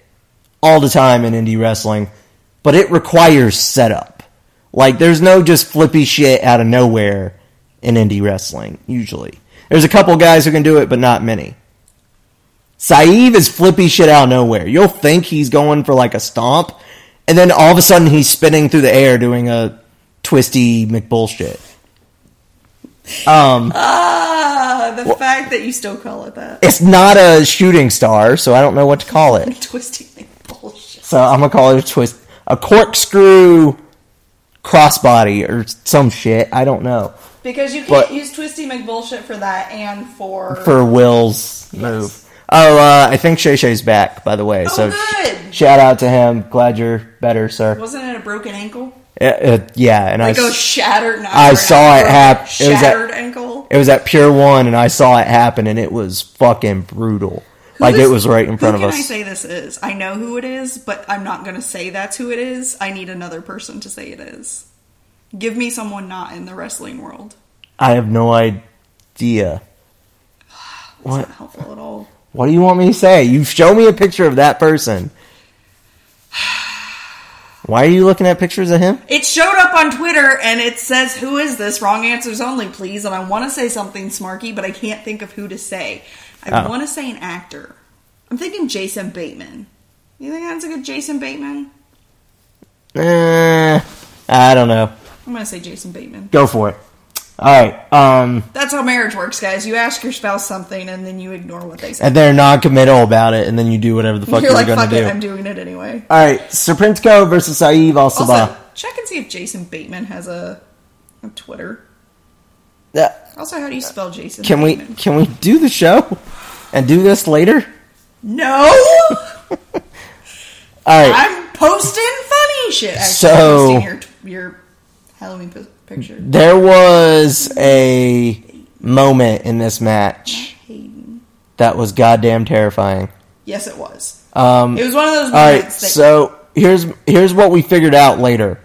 S2: all the time in indie wrestling, but it requires setup. Like there's no just flippy shit out of nowhere in indie wrestling usually. There's a couple guys who can do it, but not many. Saeed is flippy shit out of nowhere. You'll think he's going for like a stomp, and then all of a sudden he's spinning through the air doing a twisty McBullshit. Um,
S3: Ah, the fact that you still call it that. (laughs)
S2: It's not a shooting star, so I don't know what to call it.
S3: Twisting thing bullshit.
S2: So I'm gonna call it a twist, a corkscrew crossbody or some shit. I don't know
S3: Because you can't
S2: But-
S3: use Twisty McBullshit for that and for.
S2: for Will's move. Oh, uh, I think Shay Shay's back, by the way. so
S3: Oh, good.
S2: sh- shout out to him. Glad you're better, sir.
S3: wasn't it a broken ankle?
S2: Uh, uh, yeah, and I
S3: Like a
S2: s-
S3: shattered. Not
S2: I
S3: broken,
S2: saw it
S3: broken,
S2: hap- it was at-
S3: Shattered ankle.
S2: It was at Pier One, and I saw it happen, and it was fucking brutal.
S3: Who
S2: like
S3: is-
S2: it was right in front of
S3: who Can I
S2: us.
S3: say this is? I know who it is, but I'm not going to say that's who it is. I need another person to say it is. Give me someone not in the wrestling world.
S2: I have no idea.
S3: It's
S2: What?
S3: not helpful at all.
S2: What do you want me to say? You show me a picture of that person. Why are you looking at pictures of him?
S3: It showed up on Twitter and it says, Who is this? Wrong answers only, please. And I want to say something smarky, but I can't think of who to say. I
S2: Oh.
S3: want to say an actor. I'm thinking Jason Bateman. You think that's a good Jason Bateman?
S2: Eh, I don't know.
S3: I'm going to say Jason Bateman.
S2: Go for it. All right. Um,
S3: That's how marriage works, guys. You ask your spouse something and then you ignore what they say.
S2: and they're non-committal about it, and then you do whatever the fuck
S3: (laughs) You're
S2: you're,
S3: like,
S2: gonna
S3: fuck it,
S2: do.
S3: I'm doing it anyway.
S2: All right. Serpentico versus Saeed Al
S3: Also,
S2: Sabah.
S3: check and see if Jason Bateman has a, a Twitter.
S2: Uh,
S3: Also, how do you spell Jason
S2: Can we
S3: Bateman?
S2: can we do the show and do this later?
S3: No!
S2: All right.
S3: I'm posting funny shit. Actually,
S2: So-
S3: posting your your Halloween p- picture.
S2: There was a moment in this match
S3: Hayden.
S2: that was goddamn terrifying.
S3: Yes, it was.
S2: Um,
S3: It was one of those moments
S2: all right,
S3: that
S2: so here's here's what we figured out later.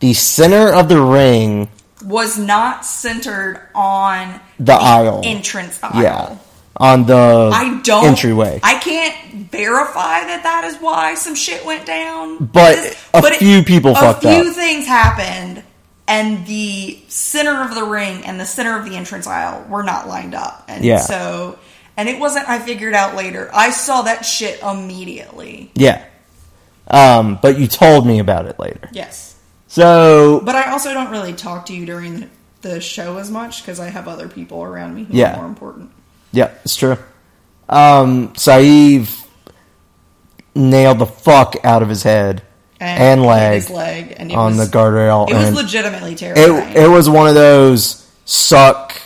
S2: The center of the ring,
S3: was not centered on
S2: the aisle,
S3: entrance aisle.
S2: yeah, on the
S3: I don't
S2: entryway.
S3: I can't verify that that is why some shit went down.
S2: But
S3: This-
S2: a few people
S3: a
S2: fucked
S3: few
S2: up.
S3: things happened, and the center of the ring and the center of the entrance aisle were not lined up, and
S2: Yeah.
S3: so and it wasn't. I figured out later. I saw that shit immediately.
S2: yeah, um, but you told me about it later.
S3: Yes,
S2: So
S3: but I also don't really talk to you during the, the show as much because I have other people around me who
S2: Yeah.
S3: are more important.
S2: yeah, it's true. Um, Saeed nailed the fuck out of his head And
S3: hit
S2: leg
S3: his leg, and it
S2: on
S3: was,
S2: the guardrail.
S3: It was
S2: and
S3: legitimately terrifying.
S2: it, it was one of those suck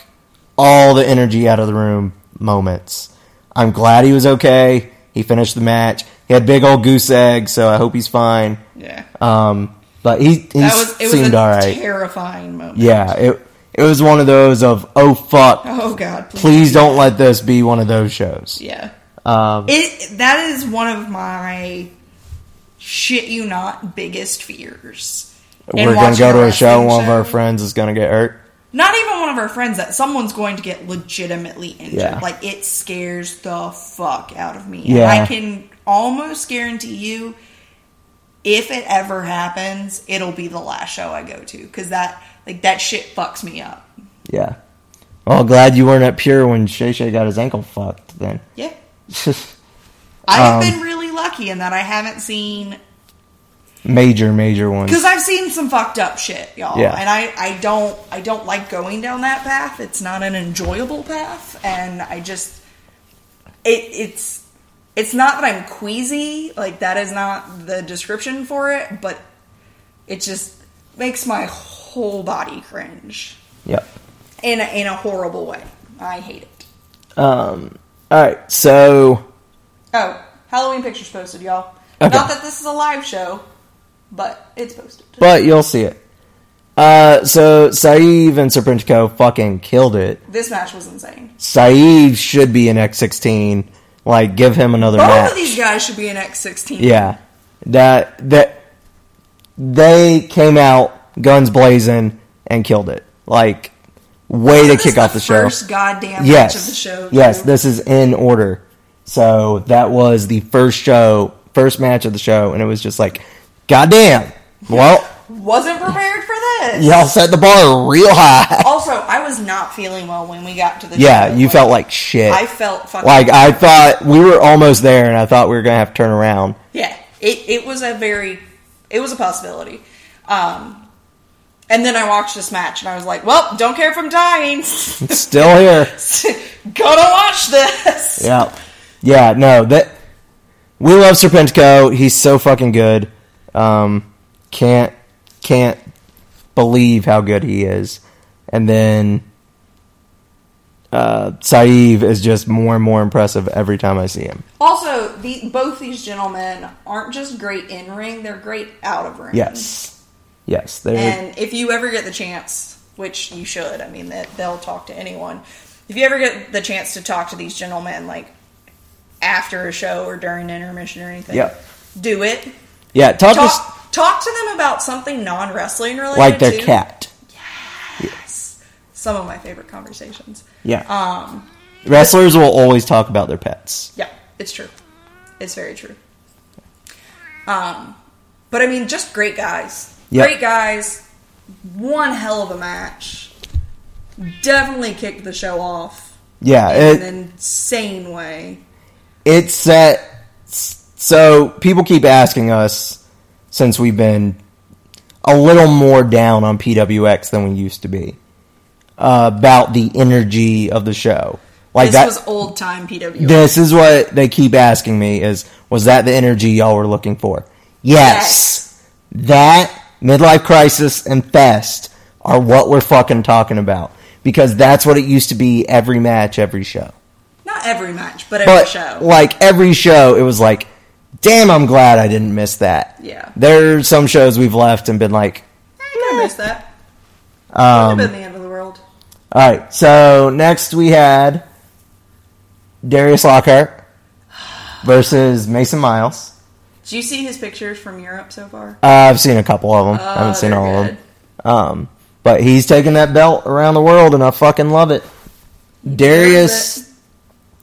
S2: all the energy out of the room moments. I'm glad he was okay. He finished the match. He had big old goose egg, so I hope he's fine.
S3: yeah,
S2: Um, but he, he
S3: that was it was
S2: seemed
S3: a
S2: all right.
S3: terrifying moment.
S2: yeah, it it was one of those of oh fuck,
S3: Oh God, please.
S2: please don't let this be one of those shows.
S3: Yeah.
S2: Um,
S3: It that is one of my shit you not biggest fears. in
S2: We're gonna
S3: watching
S2: go to a
S3: wrestling
S2: show. One of our friends is gonna get hurt.
S3: Not even one of our friends that someone's going to get legitimately injured.
S2: Yeah.
S3: Like it scares the fuck out of me.
S2: Yeah.
S3: And I can almost guarantee you if it ever happens, it'll be the last show I go to cuz that like that shit fucks me up.
S2: Yeah. Well, glad you weren't at Pure when Shay Shay got his ankle fucked. Then. (laughs)
S3: Yeah. I
S2: Um,
S3: have been really lucky in that I haven't seen
S2: major major ones.
S3: because I've seen some fucked up shit, y'all,
S2: Yeah.
S3: and I, I don't I don't like going down that path. It's not an enjoyable path, and I just it it's it's not that I'm queasy, like that is not the description for it, but it just makes my whole body cringe
S2: Yep.
S3: in a, in a horrible way. I hate it.
S2: Um. All right. So
S3: Oh, Halloween pictures posted, y'all.
S2: Okay.
S3: Not that this is a live show, but it's posted.
S2: but you'll see it. Uh, so Saeed and Serpentico fucking killed it.
S3: This match was insane.
S2: Saeed should be in X16. Like, give him another
S3: Both
S2: match.
S3: of these guys should be an X16.
S2: yeah, that that they came out guns blazing and killed it. Like, way to
S3: Wasn't
S2: kick
S3: this
S2: off the show.
S3: First goddamn
S2: yes,
S3: match of the show.
S2: yes,
S3: too?
S2: this is in order. So that was the first show, first match of the show, and it was just like, goddamn. Well,
S3: wasn't prepared for this.
S2: y'all set the bar real high. (laughs)
S3: Also, I was not feeling well when we got to the.
S2: Yeah,
S3: show.
S2: you
S3: Like,
S2: felt like shit.
S3: I felt fucking
S2: Like I thought we were almost there, and I thought we were gonna have to turn around.
S3: Yeah, it it was a very, it was a possibility. Um, and then I watched this match and I was like, well, don't care if I'm dying. (laughs)
S2: It's still here.
S3: Gonna watch this.
S2: Yeah, yeah. No, that we love Serpentico. He's so fucking good. Um, can't can't believe how good he is. And then uh, Saeed is just more and more impressive every time I see him.
S3: Also, the both these gentlemen aren't just great in ring; they're great out of ring.
S2: Yes, yes. They're
S3: And if you ever get the chance, which you should, I mean, that they'll talk to anyone. If you ever get the chance to talk to these gentlemen, like after a show or during intermission or anything,
S2: Yeah.
S3: do it.
S2: yeah. Talk, to s-
S3: Talk, talk to them about something non wrestling related.
S2: like their
S3: too.
S2: cat.
S3: Some of my favorite conversations.
S2: Yeah.
S3: Um,
S2: Wrestlers will always talk about their pets.
S3: Yeah, it's true. It's very true. Um, but I mean, just great guys.
S2: Yep.
S3: Great guys. One hell of a match. Definitely kicked the show off
S2: Yeah.
S3: in
S2: Uh, it-
S3: an insane way.
S2: It's set. So people keep asking us since we've been a little more down on PWX than we used to be uh, about the energy of the show. Like
S3: this
S2: that.
S3: was old time PW.
S2: this is what they keep asking me: is was that the energy y'all were looking for? Yes, that midlife crisis and fest are what we're fucking talking about because that's what it used to be every match, every show
S3: Not every match, but every
S2: but
S3: show.
S2: like every show, it was like, damn, I'm glad I didn't miss that.
S3: Yeah.
S2: there are some shows we've left and been like,
S3: I kind of missed that.
S2: um,
S3: Would have been the end of the world.
S2: all right. So next we had Darius Lockhart versus Mason Miles.
S3: Do you see his pictures from Europe so far?
S2: Uh, I've seen a couple of them. I haven't seen
S3: Oh, they're
S2: all
S3: good.
S2: of them. Um, but he's taking that belt around the world, and I fucking love it. Darius.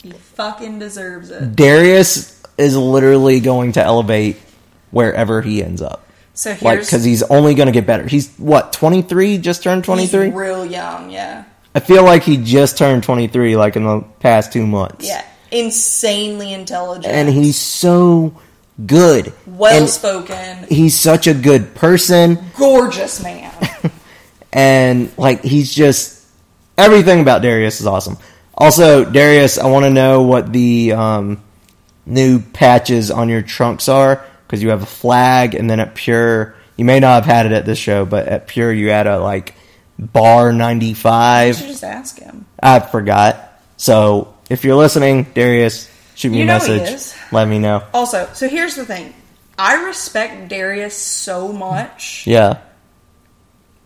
S3: He fucking deserves it.
S2: Darius is literally going to elevate wherever he ends up.
S3: So here's
S2: like because he's only going to get better. He's what twenty three, just turned twenty
S3: he's
S2: three.
S3: real young, yeah.
S2: I feel like he just turned twenty three, like in the past two months.
S3: Yeah, insanely intelligent.
S2: and he's so good.
S3: well
S2: And
S3: spoken,
S2: he's such a good person, (laughs)
S3: gorgeous man.
S2: and like he's just everything about Darius is awesome. Also, Darius, I want to know what the um, new patches on your trunks are because you have a flag, and then at Pure, you may not have had it at this show, but at Pure you had a like bar ninety
S3: You should
S2: five.
S3: just ask him.
S2: I forgot. So if you're listening, Darius, shoot me
S3: You
S2: a
S3: know he
S2: message.
S3: is.
S2: Let me know.
S3: Also, so here's the thing. I respect Darius so much.
S2: Yeah,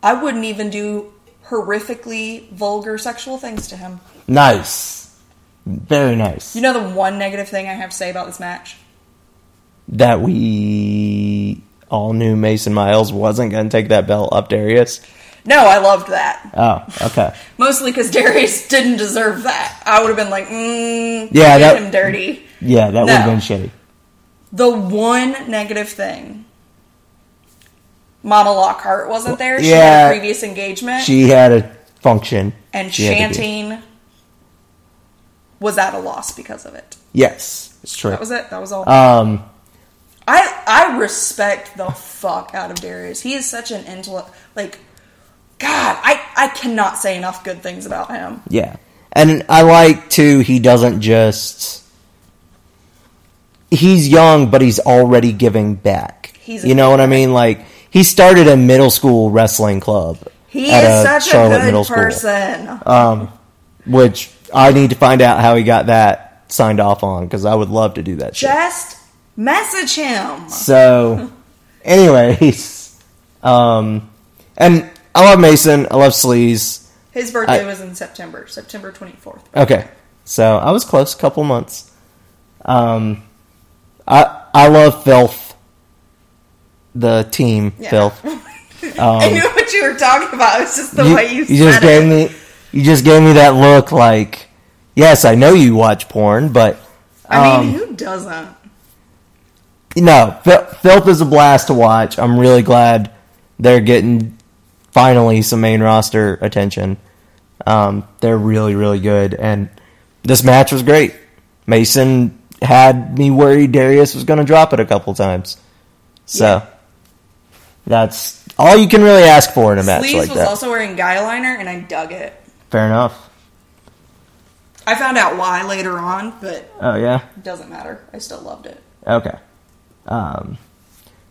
S3: I wouldn't even do horrifically vulgar sexual things to him.
S2: nice, very nice.
S3: You know the one negative thing I have to say about this match?
S2: that we all knew Mason Miles wasn't going to take that belt up Darius.
S3: No, I loved that.
S2: Oh, okay.
S3: Mostly because Darius (laughs) didn't deserve that. I would have been like, mm,
S2: Yeah,
S3: did
S2: that-
S3: him dirty.
S2: Yeah, that would have
S3: No.
S2: been shitty.
S3: The one negative thing. Mama Lockhart wasn't there. She
S2: Yeah.
S3: had a previous engagement.
S2: She had a function.
S3: Uh, and
S2: she had to do.
S3: Shantine was at a loss because of it.
S2: Yes, it's true.
S3: That was it. That was all.
S2: Um,
S3: I I respect the fuck out of Darius. He is such an intellect. Like, God, I I cannot say enough good things about him.
S2: yeah. And I like, too, he doesn't just. He's young, but he's already giving back.
S3: He's a-
S2: you know what I mean? Like, he started a middle school wrestling club.
S3: He
S2: at
S3: is such
S2: Charlotte
S3: a
S2: middle
S3: good
S2: school. Uh,
S3: person.
S2: Um, which I need to find out how he got that signed off on because I would love to do that. shit.
S3: Just message him.
S2: So, anyways, um, and I love Mason. I love Sleaze.
S3: His birthday
S2: I-
S3: was in September, September twenty fourth.
S2: Okay, so I was close, couple months. Um, I I love Filth, the team Filth.
S3: I knew what you were talking about. It was just (laughs) the way you, said
S2: Um, just
S3: it.
S2: gave me you just gave me that look like yes, I know you watch porn, but
S3: I
S2: um,
S3: mean, who doesn't?
S2: No, Fil- Filth is a blast to watch. I'm really glad they're getting finally some main roster attention. Um, they're really, really good, and this match was great. Mason had me worried Darius was going to drop it a couple times, so
S3: Yeah.
S2: that's all you can really ask for in a match
S3: Sleaze
S2: like
S3: was
S2: that.
S3: also wearing guy liner, and I dug it.
S2: Fair enough.
S3: I found out why later on, but
S2: Oh yeah.
S3: it doesn't matter. I still loved it.
S2: Okay. Um,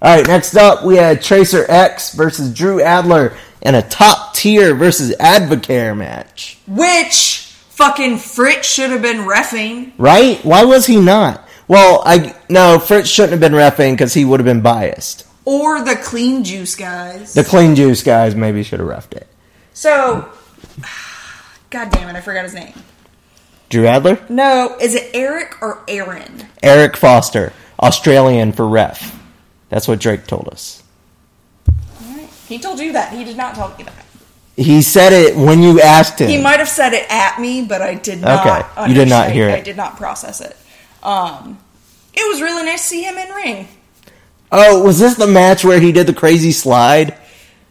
S2: all right. Next up, we had Tracer X versus Drew Adler in a top tier versus Advocare match.
S3: Which fucking Fritz should have been refing.
S2: Right? Why was he not? Well, I no Fritz shouldn't have been refing because he would have been biased.
S3: Or the clean juice guys.
S2: The Clean Juice guys maybe should have refed it.
S3: so (sighs) God damn it, I forgot his name.
S2: Drew Adler,
S3: No, is it Eric or Aaron?
S2: Eric Foster, Australian for ref. That's what Drake told us.
S3: He told you that. He did not tell me that.
S2: He said it when you asked him.
S3: He might have said it at me, but I did not.
S2: Okay, you did not
S3: understand-
S2: hear it.
S3: I did not process it. Um, it was really nice to see him in ring.
S2: oh, was this the match where he did the crazy slide?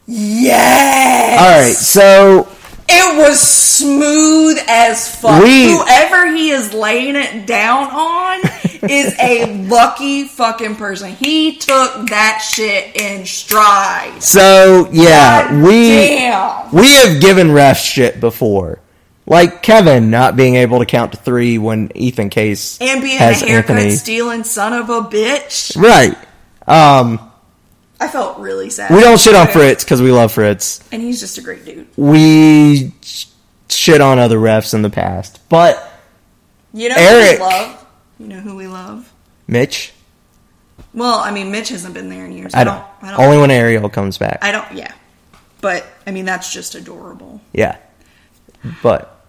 S3: Yes.
S2: All right, so
S3: It was smooth as fuck.
S2: We-
S3: Whoever he is laying it down
S2: (laughs)
S3: on is a lucky fucking person. He took that shit in stride.
S2: So yeah,
S3: God
S2: Uh, we
S3: damn.
S2: we have given ref shit before, like Kevin not being able to count to three when Ethan Case
S3: And being
S2: has
S3: a haircut
S2: Anthony
S3: stealing son of a bitch.
S2: right. Um,
S3: I felt really sad.
S2: we don't shit on
S3: Okay.
S2: Fritz because we love Fritz.
S3: And he's just a great dude.
S2: We sh- shit on other refs in the past, but
S3: You know
S2: Eric.
S3: who we love? You know who we love?
S2: Mitch,
S3: Well, I mean, Mitch hasn't been there in years.
S2: I don't.
S3: I don't,
S2: Only when Ariel comes back,
S3: I don't yeah. But, I mean, that's just adorable.
S2: yeah. But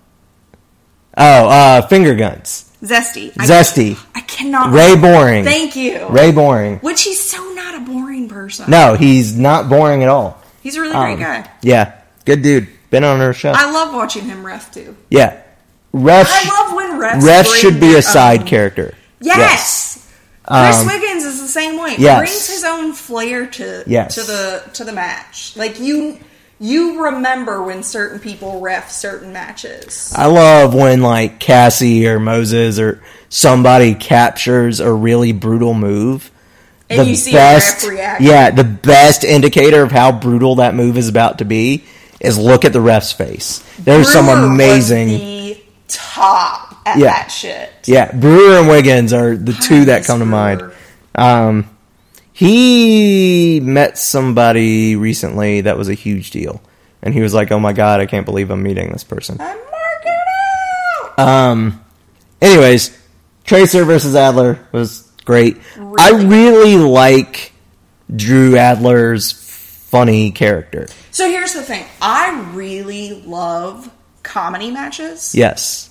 S2: oh, uh, finger guns,
S3: Zesty. I-
S2: zesty,
S3: I cannot.
S2: Ray Boring,
S3: Uh-uh. Thank you.
S2: Ray Boring.
S3: Which he's so not a boring person.
S2: No, he's not boring at all.
S3: He's a really
S2: Um,
S3: great guy.
S2: Yeah, good dude. Been on our show.
S3: I love watching him ref too.
S2: yeah, ref.
S3: I love when refs.
S2: ref
S3: bring
S2: should be
S3: their
S2: a side
S3: own-
S2: character.
S3: um, Yes.
S2: Um,
S3: Chris Wiggins is the same way.
S2: yes.
S3: Brings his own flair to
S2: Yes.
S3: to the to the match. Like you you remember when certain people ref certain matches.
S2: I love when like Cassie or Moses or somebody captures a really brutal move.
S3: And you see a ref react.
S2: Yeah, the best indicator of how brutal that move is about to be is look at the ref's face. There's some
S3: Brewer was
S2: amazing.
S3: the top at
S2: Yeah.
S3: that shit.
S2: Yeah, Brewer and Wiggins are the two that come to mind.
S3: Brewer.
S2: Um, He met somebody recently that was a huge deal. And he was like, oh my God, I can't believe I'm meeting this person.
S3: I'm marking out.
S2: Um, anyways, Tracer versus Adler was great. I
S3: Really?
S2: really like Drew Adler's funny character.
S3: So here's the thing. I really love comedy matches.
S2: Yes.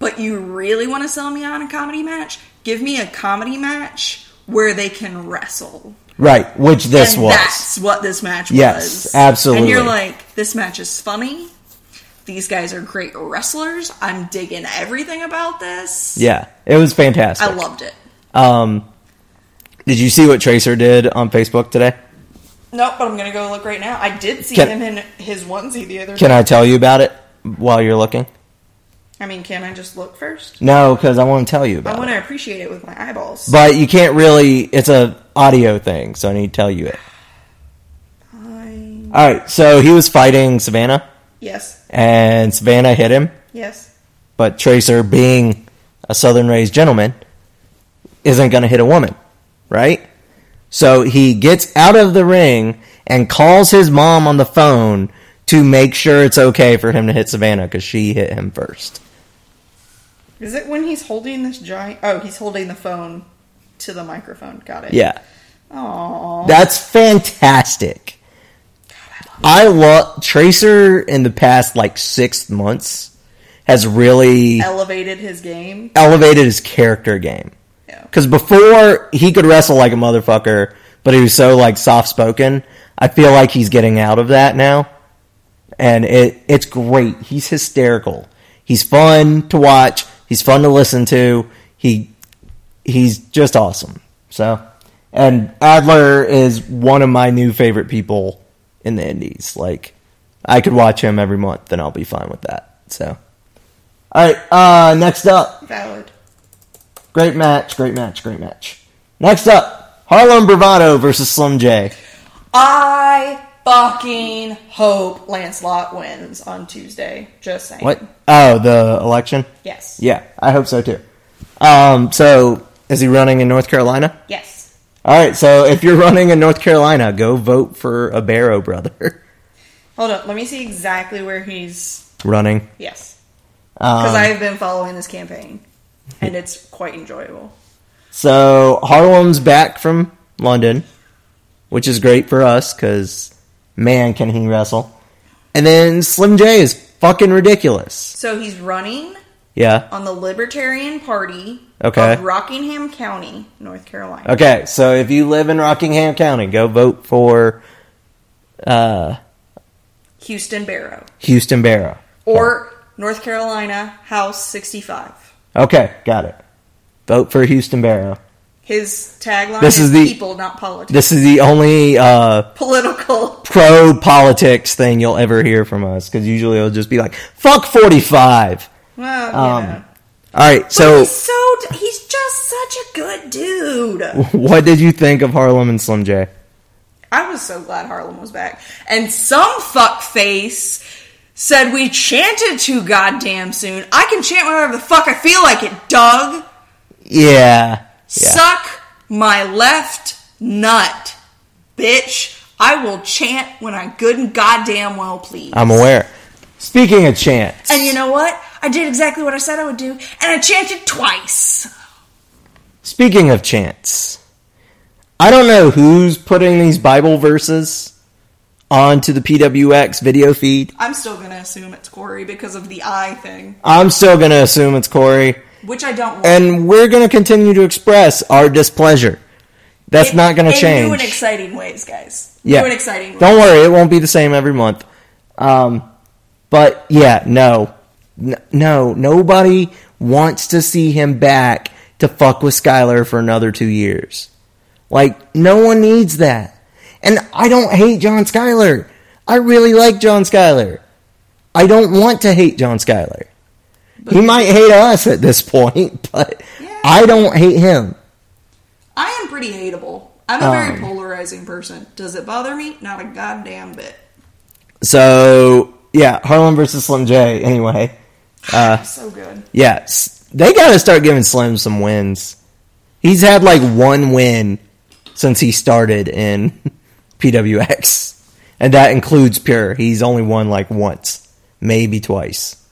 S3: But you really want to sell me on a comedy match? Give me a comedy match where they can wrestle.
S2: Right, which this
S3: and
S2: was.
S3: that's what this match
S2: Yes,
S3: was.
S2: absolutely.
S3: And you're like, this match is funny. These guys are great wrestlers. I'm digging everything about this.
S2: Yeah, it was fantastic.
S3: I loved it.
S2: Um, did you see what Tracer did on Facebook today?
S3: Nope, but I'm gonna go look right now. I did see
S2: Can-
S3: him in his onesie the other.
S2: Can I tell you about it while you're looking?
S3: I mean, can I just look first?
S2: No, because I want to tell you
S3: I
S2: about
S3: want
S2: it.
S3: to appreciate it with my eyeballs.
S2: But you can't really. It's a audio thing, so I need to tell you it.
S3: I...
S2: All right, so he was fighting Savannah,
S3: Yes,
S2: and Savannah hit him,
S3: yes.
S2: but Tracer, being a Southern raised gentleman, isn't going to hit a woman, right? So he gets out of the ring and calls his mom on the phone to make sure it's okay for him to hit Savannah because she hit him first.
S3: Is it when he's holding this giant? Oh, he's holding the phone to the microphone. Got it.
S2: Yeah.
S3: Aww.
S2: That's fantastic. I love Tracer in the past like six months has really
S3: Elevated his game.
S2: elevated his character game.
S3: Yeah.
S2: Because before he could wrestle like a motherfucker, but he was so like soft spoken. I feel like he's getting out of that now, and it it's great. He's hysterical. He's fun to watch. He's fun to listen to. He he's just awesome. So, and Adler is one of my new favorite people in the Indies. Like, I could watch him every month, and I'll be fine with that. So, all right. Uh, next up,
S3: Valid.
S2: Great match, great match, great match. Next up, Harlem Bravado versus Slim J.
S3: I fucking hope Lancelot wins on Tuesday. Just saying.
S2: What? Oh, the election?
S3: Yes.
S2: Yeah, I hope so too. Um, so is he running in North Carolina?
S3: Yes.
S2: All right, so if you're (laughs) running in North Carolina, go vote for a Barrow brother (laughs)
S3: Hold up. Let me see exactly where he's.
S2: running.
S3: Yes. Because
S2: Um,
S3: I've been following this campaign, and it's quite enjoyable.
S2: so Harlem's back from London, which is great for us because man, can he wrestle. And then Slim J is fucking ridiculous.
S3: So he's running
S2: Yeah.
S3: on the Libertarian Party
S2: Okay.
S3: of Rockingham County, North Carolina.
S2: Okay, so if you live in Rockingham County, go vote for uh,
S3: Houston Barrow
S2: Houston Barrow.
S3: or North Carolina House 65.
S2: Okay, got it. Vote for Houston Barrow.
S3: His tagline
S2: This
S3: is
S2: is the-
S3: people, not politics.
S2: This is the only uh,
S3: Political. (laughs)
S2: pro politics thing you'll ever hear from us because usually it'll just be like, fuck 45.
S3: Well,
S2: Um,
S3: you know.
S2: All right,
S3: But
S2: so
S3: he's so he's just such a good dude.
S2: what did you think of Harlem and Slim J?
S3: I was so glad Harlem was back. And some fuckface said we chanted too goddamn soon. I can chant whenever the fuck I feel like it, Doug.
S2: Yeah. yeah.
S3: Suck my left nut, bitch. I will chant when I good and goddamn well please.
S2: I'm aware. Speaking of chants,
S3: And you know what? I did exactly what I said I would do, and I chanted twice.
S2: Speaking of chance, I don't know who's putting these Bible verses onto the PWX video feed.
S3: I'm still gonna assume it's Corey because of the eye thing,
S2: I'm still going to assume it's Corey,
S3: which I don't want.
S2: and we're going to continue to express our displeasure. That's
S3: It-
S2: not going to
S3: In new and
S2: change.
S3: exciting ways, guys.
S2: Yeah,
S3: New and exciting ways.
S2: Don't worry, it won't be the same every month. Um, but yeah, no, N- no, nobody wants to see him back to fuck with Skylar for another two years. Like, no one needs that. And I don't hate John Skylar. I really like John Skylar. I don't want to hate John Skylar. He might hate us at this (laughs) point, but
S3: Yeah.
S2: I don't hate him.
S3: I am pretty hateable. I'm a very
S2: Um.
S3: polarizing person. Does it bother me? Not a goddamn bit.
S2: So, yeah, Harlem versus Slim J, anyway.
S3: so good.
S2: Yeah, s- they got to start giving Slim some wins. He's had like one win since he started in (laughs) PWX. And that includes Pure. He's only won like once, maybe twice.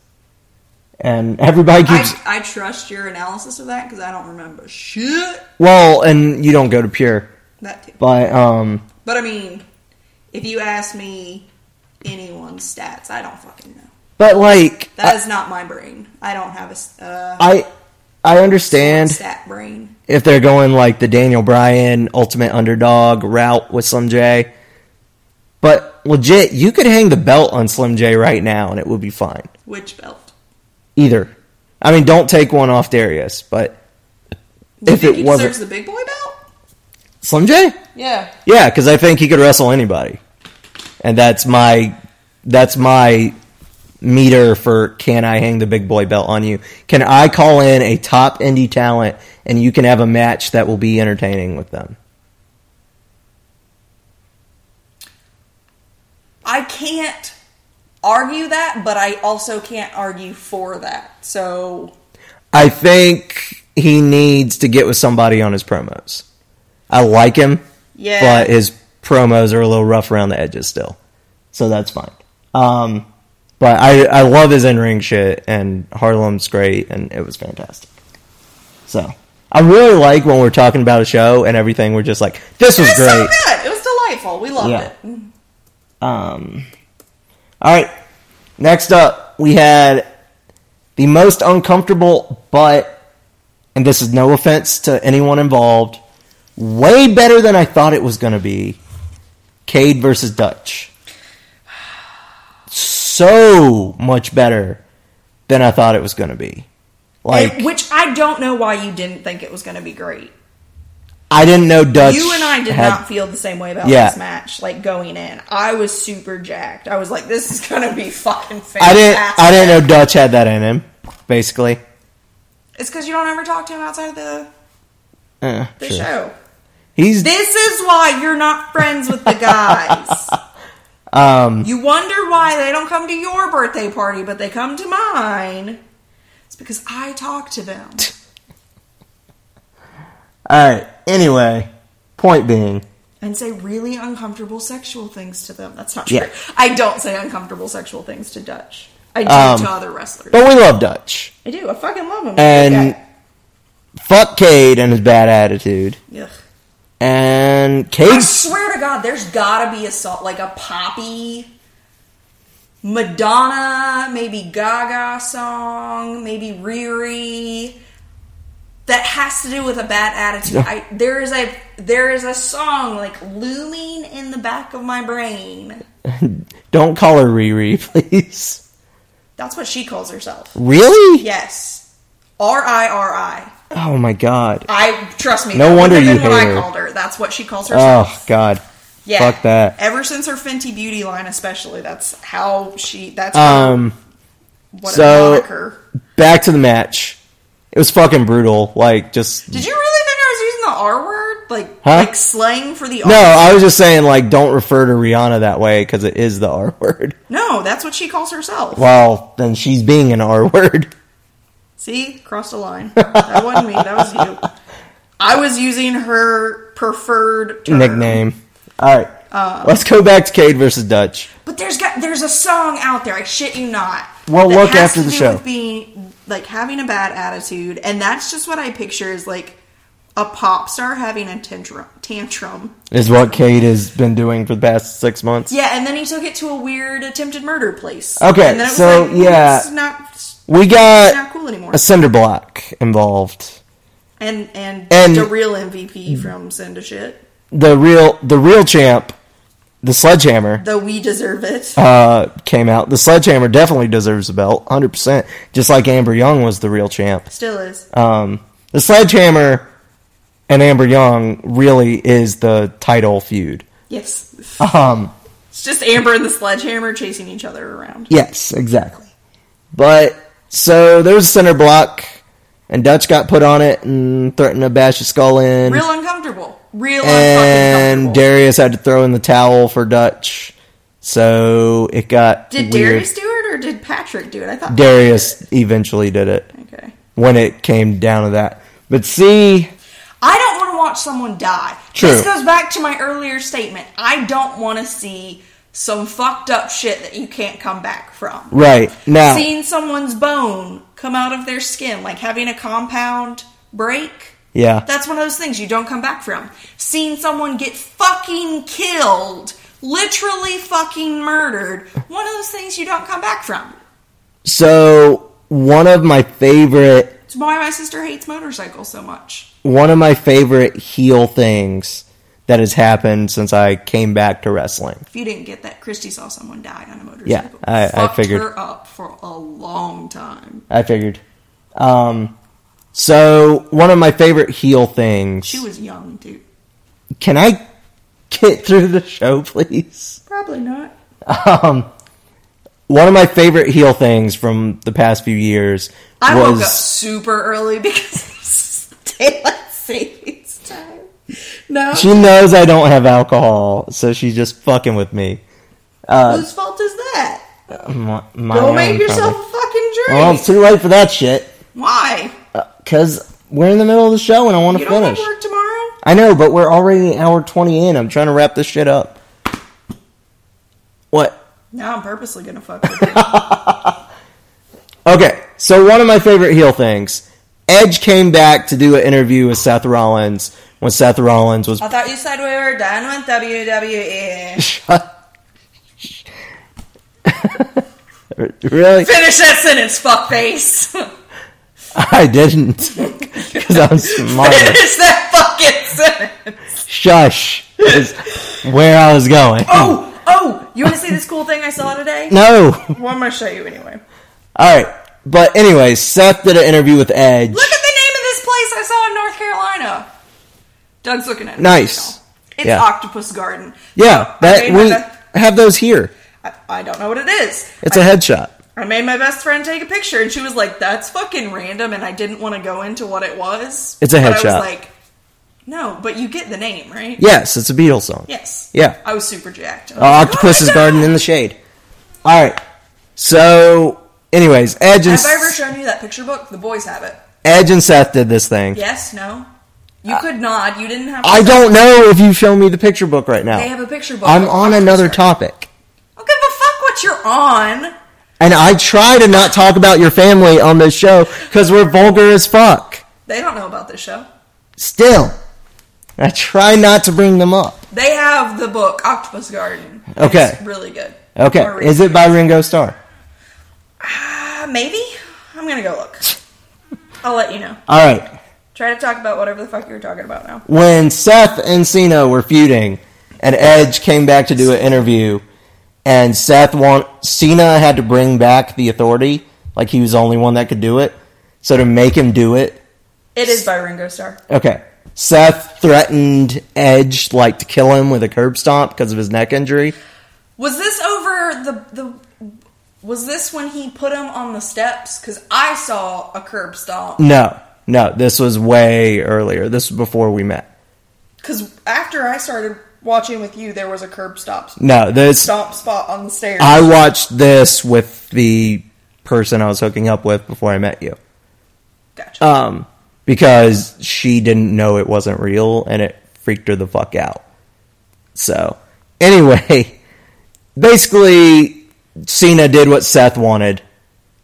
S2: And everybody keeps.
S3: I, I trust your analysis of that because I don't remember shit.
S2: well, and you don't go to Pure.
S3: That too.
S2: But, um,
S3: But I mean, if you ask me anyone's stats, I don't fucking know.
S2: but like,
S3: That is not my brain. I don't have a s- uh,
S2: I, I understand.
S3: stat brain.
S2: if they're going like the Daniel Bryan ultimate underdog route with Slim J. But legit, you could hang the belt on Slim J right now and it would be fine.
S3: Which belt?
S2: Either. I mean, don't take one off Darius, but
S3: Do you
S2: If
S3: think
S2: it
S3: he
S2: wasn't-
S3: deserves the big boy belt?
S2: Slim J?
S3: Yeah.
S2: Yeah, because I think he could wrestle anybody. And that's my that's my meter for can I hang the big boy belt on you? Can I call in a top indie talent and you can have a match that will be entertaining with them?
S3: I can't argue that, but I also can't argue for that. So
S2: I think he needs to get with somebody on his promos. I like him,
S3: yeah,
S2: but his promos are a little rough around the edges still, so that's fine. Um, but I I love his in ring shit, and Harlem's great, and it was fantastic. So I really like when we're talking about a show and everything. We're just like, this
S3: it
S2: was
S3: was so
S2: great.
S3: good. It was delightful. We loved
S2: Yeah.
S3: it.
S2: Um, all right. Next up, we had the most uncomfortable, but, and this is no offense to anyone involved, way better than I thought it was going to be Cade versus Dutch. So much better than I thought it was going to be. Like,
S3: And- which I don't know why you didn't think it was going to be great.
S2: I didn't know Dutch.
S3: you and I did
S2: had-
S3: not feel the same way about
S2: Yeah.
S3: this match. Like going in, I was super jacked. I was like, "This is going to be (laughs) fucking fantastic."
S2: I didn't. I didn't know Dutch had that in him. Basically,
S3: It's because you don't ever talk to him outside of the,
S2: Eh,
S3: the
S2: sure.
S3: show.
S2: he's
S3: This is why you're not friends with
S2: (laughs)
S3: the guys. um, you wonder why they don't come to your birthday party, but they come to mine. It's because I talk
S2: (laughs)
S3: to them.
S2: All right. Anyway, point being,
S3: And say really uncomfortable sexual things to them. That's not true.
S2: Yeah.
S3: I don't say uncomfortable sexual things to Dutch. I do
S2: Um,
S3: to other wrestlers.
S2: but we love Dutch
S3: I do. I fucking love him.
S2: and fuck Cade and his bad attitude.
S3: Ugh.
S2: And
S3: I
S2: Cade,
S3: swear to God, there's gotta be a song like a poppy, Madonna, maybe Gaga song, maybe Riri, that has to do with a bad attitude. I, there is a there is a song like looming in the back of my brain.
S2: don't call her Riri, (laughs) please.
S3: That's what she calls herself.
S2: Really?
S3: Yes, R I R I.
S2: Oh my god.
S3: I trust me.
S2: No
S3: that
S2: wonder
S3: would've
S2: you
S3: been what
S2: hate her.
S3: I called her. That's what she calls herself.
S2: Oh god.
S3: Yeah.
S2: Fuck that.
S3: Ever since her Fenty Beauty line, especially, that's how she. That's
S2: Um.
S3: what
S2: so-
S3: a moniker.
S2: Back to the match. It was fucking brutal. Like just
S3: Did you really think I was using the R word, like
S2: Huh?
S3: like slang for the R?
S2: no. I was just saying like don't refer to Rihanna that way because it is the (laughs) R word.
S3: No, that's what she calls herself.
S2: Well, then she's being an R word. (laughs)
S3: See, crossed a line. That wasn't me. That was you. I was using her preferred term.
S2: nickname. All right, let's go back to Cade versus Dutch.
S3: But there's got there's a song out there. I shit you not.
S2: Well,
S3: that
S2: look
S3: has
S2: after
S3: to
S2: the
S3: do
S2: show.
S3: With being like having a bad attitude, and that's just what I picture is like a pop star having a tantrum. Tantrum.
S2: Is what Cade has been doing for the past six months.
S3: Yeah, and then he took it to a weird attempted murder place.
S2: Okay,
S3: and then it was
S2: so,
S3: like,
S2: yeah.
S3: it's not it's
S2: We got
S3: not cool anymore.
S2: a cinder block involved.
S3: And and,
S2: And- Mm.
S3: the real MVP from Send a Shit,
S2: The real, the real champ, the Sledgehammer,
S3: though we deserve it.
S2: uh, came out. The Sledgehammer definitely deserves a belt, hundred percent. Just like Amber Young was the real champ.
S3: Still is.
S2: Um, the Sledgehammer and Amber Young really is the title feud.
S3: Yes,
S2: Um,
S3: it's just Amber and the sledgehammer chasing each other around.
S2: Yes, exactly. But so there was a center block, and Dutch got put on it and threatened to bash his skull in.
S3: Real uncomfortable. Real
S2: and
S3: uncomfortable.
S2: Darius had to throw in the towel for Dutch, so it got
S3: Did
S2: weird.
S3: Darius do it or did Patrick do it? I thought
S2: Darius eventually did it
S3: Okay.
S2: when it came down to that. But see,
S3: I don't want to watch watch someone die.
S2: True.
S3: This goes back to my earlier statement. I don't want to see some fucked up shit that you can't come back from.
S2: Right. Now,
S3: Seeing someone's bone come out of their skin, like having a compound break.
S2: yeah.
S3: That's one of those things you don't come back from. Seeing someone get fucking killed, literally fucking murdered, one of those things you don't come back from.
S2: so, one of my favorite
S3: It's why my sister hates motorcycles so much.
S2: one of my favorite heel things that has happened since I came back to wrestling.
S3: If you didn't get that, Christy saw someone die on a motorcycle.
S2: Yeah, I- I
S3: Fucked
S2: figured.
S3: her up for a long time.
S2: I figured. Um, so one of my favorite heel things.
S3: She was young too.
S2: Can I get through the show, please?
S3: Probably not.
S2: Um, one of my favorite heel things from the past few years
S3: I
S2: was
S3: woke up super early because (laughs) it's daylight savings time. No,
S2: she knows I don't have alcohol, so she's just fucking with me.
S3: whose fault is that?
S2: Uh, My, my
S3: Go
S2: own,
S3: make yourself
S2: probably.
S3: a fucking drink.
S2: Well, it's Oh, too late for that shit.
S3: Why?
S2: Because we're in the middle of the show and I want
S3: You
S2: to
S3: don't
S2: finish.
S3: have work tomorrow?
S2: I know, but we're already an hour 20 in. I'm trying to wrap this shit up. What?
S3: No, I'm purposely gonna fuck with you.
S2: Okay, so one of my favorite heel things Edge came back to do an interview with Seth Rollins when Seth Rollins was. (laughs)
S3: I thought you said we were done with E. WWE.
S2: Really?
S3: Finish that
S2: (laughs)
S3: sentence, fuckface.
S2: I didn't. (laughs) Because I'm smart.
S3: Finish that fucking sentence.
S2: Shush. Is where I was going.
S3: Oh, oh, you want to see this cool thing I saw today?
S2: Hmm. No.
S3: Well, I'm going to show you anyway.
S2: Alright, but anyway, Seth did an interview with Edge.
S3: Look at the name of this place I saw in North Carolina. Doug's looking at it.
S2: Nice.
S3: It's
S2: Yeah.
S3: Octopus Garden.
S2: Yeah,
S3: Okay,
S2: that
S3: Martha.
S2: we have those here.
S3: I, I don't know what it is.
S2: It's a headshot.
S3: I made my best friend take a picture, and she was like, "That's fucking random," and I didn't want to go into what it was.
S2: It's a
S3: But I
S2: headshot.
S3: was like, "No, but you get the name, right?"
S2: Yes, it's a Beatles song.
S3: Yes.
S2: Yeah.
S3: I was super jacked. I was
S2: Uh,
S3: like,
S2: Octopus's
S3: "Oh my
S2: Garden
S3: God!"
S2: in the Shade. All right. So, anyways, Edge and
S3: Have I ever shown you that picture book? The boys have it.
S2: Edge and Seth did this thing.
S3: Yes. No. You could nod. You didn't have. to
S2: Uh, I
S3: say-
S2: don't know if you show me the picture book right now.
S3: They have a picture book.
S2: I'm
S3: of
S2: on
S3: Octopus
S2: another
S3: Garden.
S2: topic,
S3: Don't give a fuck what you're on.
S2: and I try to not talk about your family on this show because we're vulgar as fuck.
S3: They don't know about this show.
S2: Still, I try not to bring them up.
S3: They have the book Octopus Garden.
S2: Okay.
S3: It's really good.
S2: Okay,
S3: Or
S2: is it by Ringo Starr?
S3: Uh, maybe. I'm gonna go
S2: (laughs)
S3: look. I'll let you know.
S2: All right.
S3: Try to talk about whatever the fuck you're talking about now.
S2: when Seth and Cena were feuding, and Edge came back to do an interview, and Seth want Cena had to bring back the authority, like he was the only one that could do it. So to make him do it,
S3: It is by Ringo Starr.
S2: okay. Seth threatened Edge like to kill him with a curb stomp because of his neck injury.
S3: Was this over the the? Was this when he put him on the steps? Because I saw a curb stomp.
S2: No, no, this was way earlier. This was before we met.
S3: Because after I started watching with you, there was a curb stop
S2: No, this
S3: stomp spot on the stairs.
S2: I watched this with the person I was hooking up with before I met you.
S3: gotcha.
S2: um, because she didn't know it wasn't real and it freaked her the fuck out. So, anyway, (laughs) basically, Cena did what Seth wanted,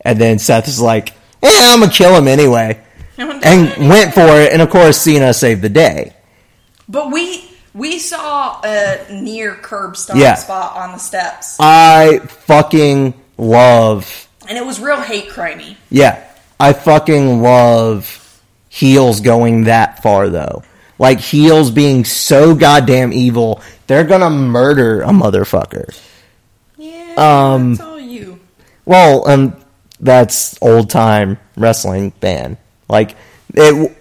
S2: and then Seth is like, eh, I'm gonna kill him anyway, and went for it, and of course, Cena saved the day.
S3: but we we saw a near curb stomp
S2: Yeah.
S3: spot on the steps,
S2: I fucking love,
S3: and it was real hate crimey.
S2: yeah, I fucking love heels going that far though. Like heels being so goddamn evil, they're gonna murder a motherfucker.
S3: Yeah,
S2: Um,
S3: that's all you.
S2: Well, um, that's old time wrestling ban. Like it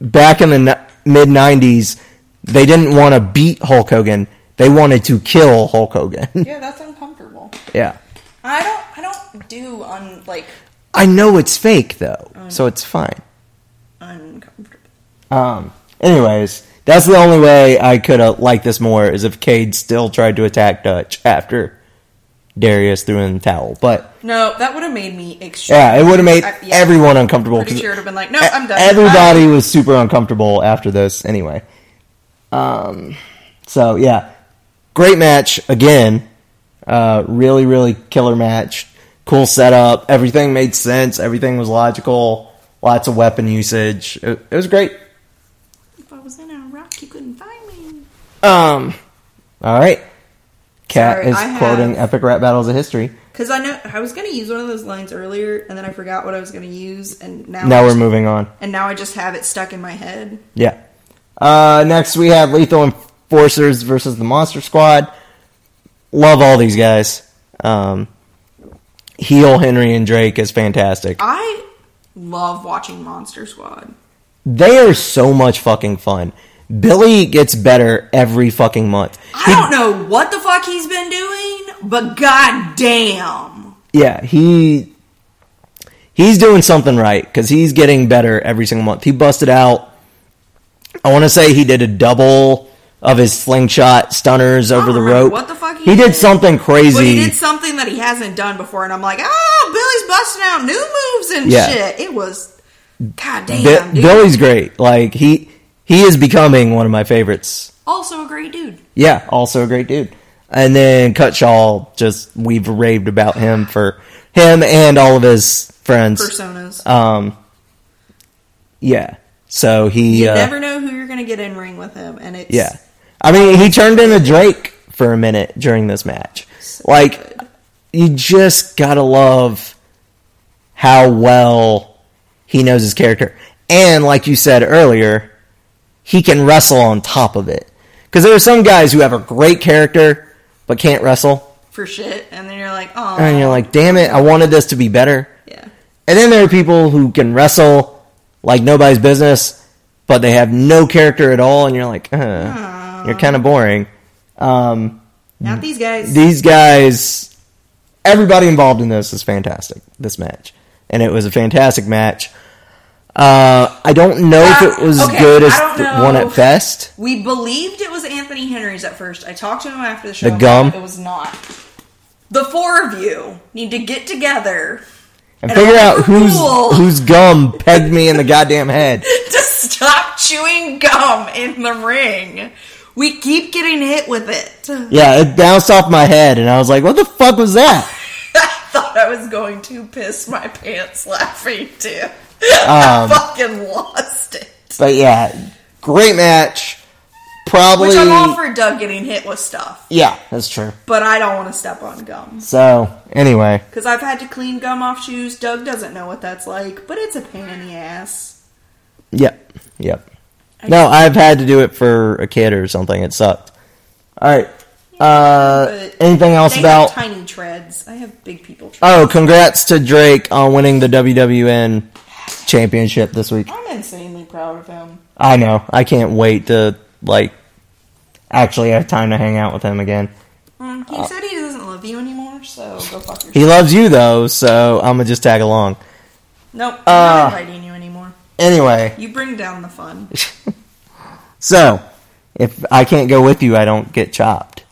S2: back in the mid '90s, they didn't want to beat Hulk Hogan; they wanted to kill Hulk Hogan. (laughs)
S3: Yeah, that's uncomfortable.
S2: yeah,
S3: I don't. I don't do un like
S2: I know it's fake though, so it's fine.
S3: uncomfortable.
S2: Um, anyways, that's the only way I could have liked this more is if Cade still tried to attack Dutch after Darius threw in the towel. But
S3: No, that would have made me extreme.
S2: yeah, it would have made
S3: I- Uh, yeah.
S2: everyone uncomfortable.
S3: Pretty
S2: 'cause e-
S3: sure it would have been like, no, I'm done.
S2: Everybody was super uncomfortable after this anyway. Um, so yeah, great match again. Uh, really, really killer match. Cool setup. Everything made sense. Everything was logical. Lots of weapon usage. It, it was great.
S3: If I was in Iraq, you couldn't find me.
S2: Um, all right. Cat
S3: Sorry,
S2: is
S3: I
S2: quoting
S3: have-
S2: epic rap battles of history.
S3: Because I know I was going to use one of those lines earlier, and then I forgot what I was going to use, and now
S2: Now
S3: I
S2: we're
S3: just-
S2: moving on.
S3: And now I just have it stuck in my head.
S2: Yeah. Uh, next, we have Lethal Enforcers versus the Monster Squad. Love all these guys. Um, heel Henry and Drake is fantastic.
S3: I love watching Monster Squad.
S2: They are so much fucking fun. Billy gets better every fucking month.
S3: I don't know what the fuck he's been doing, but goddamn.
S2: Yeah, he he's doing something right because he's getting better every single month. He busted out. I want to say he did a double of his slingshot stunners over the
S3: remember
S2: rope.
S3: what the fuck he
S2: did
S3: did,
S2: something crazy.
S3: But he did something that he hasn't done before, and I'm like, oh, Billy's busting out new moves and
S2: Yeah.
S3: shit. It was goddamn,
S2: Bi-
S3: dude.
S2: Billy's great. Like he he is becoming one of my favorites.
S3: also a great dude.
S2: Yeah, also a great dude. And then Cutshaw, just we've raved about him for him and all of his friends.
S3: Personas.
S2: Um, yeah. So he
S3: you
S2: uh,
S3: never know who you're gonna get in ring with him, and it's
S2: yeah. I mean, he turned into Drake for a minute during this match. Like, you just gotta love how well he knows his character. And like you said earlier, he can wrestle on top of it. Because there are some guys who have a great character but can't wrestle.
S3: for shit. And then you're like, oh,
S2: And you're like, damn it, I wanted this to be better.
S3: yeah,
S2: And then there are people who can wrestle like nobody's business, but they have no character at all, and you're like, uh, you're kind of boring. Um,
S3: not these guys.
S2: these guys, everybody involved in this is fantastic. This match, and it was a fantastic match. Uh, I don't know if it was
S3: Ah, okay,
S2: good as
S3: I don't
S2: the
S3: know.
S2: one at Fest.
S3: we believed it was Anthony Henry's at first. I talked to him after the show.
S2: The
S3: I'm like,
S2: gum?
S3: It was not. The four of you need to get together
S2: And
S3: And
S2: figure
S3: I'm
S2: out whose
S3: cool.
S2: whose gum pegged me in the goddamn head.
S3: to stop chewing gum in the ring. We keep getting hit with it. (laughs)
S2: Yeah, it bounced off my head, and I was like, "What the fuck was that?"
S3: I thought I was going to piss my pants laughing too. (laughs)
S2: Um,
S3: I fucking lost it.
S2: But yeah, great match. Probably.
S3: Which I'm all for Doug getting hit with stuff,
S2: yeah, that's true.
S3: but I don't want to step on gum.
S2: So anyway,
S3: Because I've had to clean gum off shoes. Doug doesn't know what that's like, but it's a pain in the ass.
S2: yep, yep. No, I've had to do it for a kid or something. It sucked. All right. Uh,
S3: but
S2: anything else
S3: They
S2: about?
S3: have tiny treads. I have big people treads.
S2: Oh, congrats to Drake on winning the WWN championship this week.
S3: I'm insanely proud of him.
S2: I know. I can't wait to like actually have time to hang out with him again.
S3: Mm, He said he doesn't love you anymore, so go fuck yourself.
S2: uh, He loves you though, so I'm gonna just tag along.
S3: Nope, I'm
S2: Uh,
S3: not inviting you anymore.
S2: Anyway.
S3: You bring down the fun.
S2: So, if I can't go with you, I don't get chopped.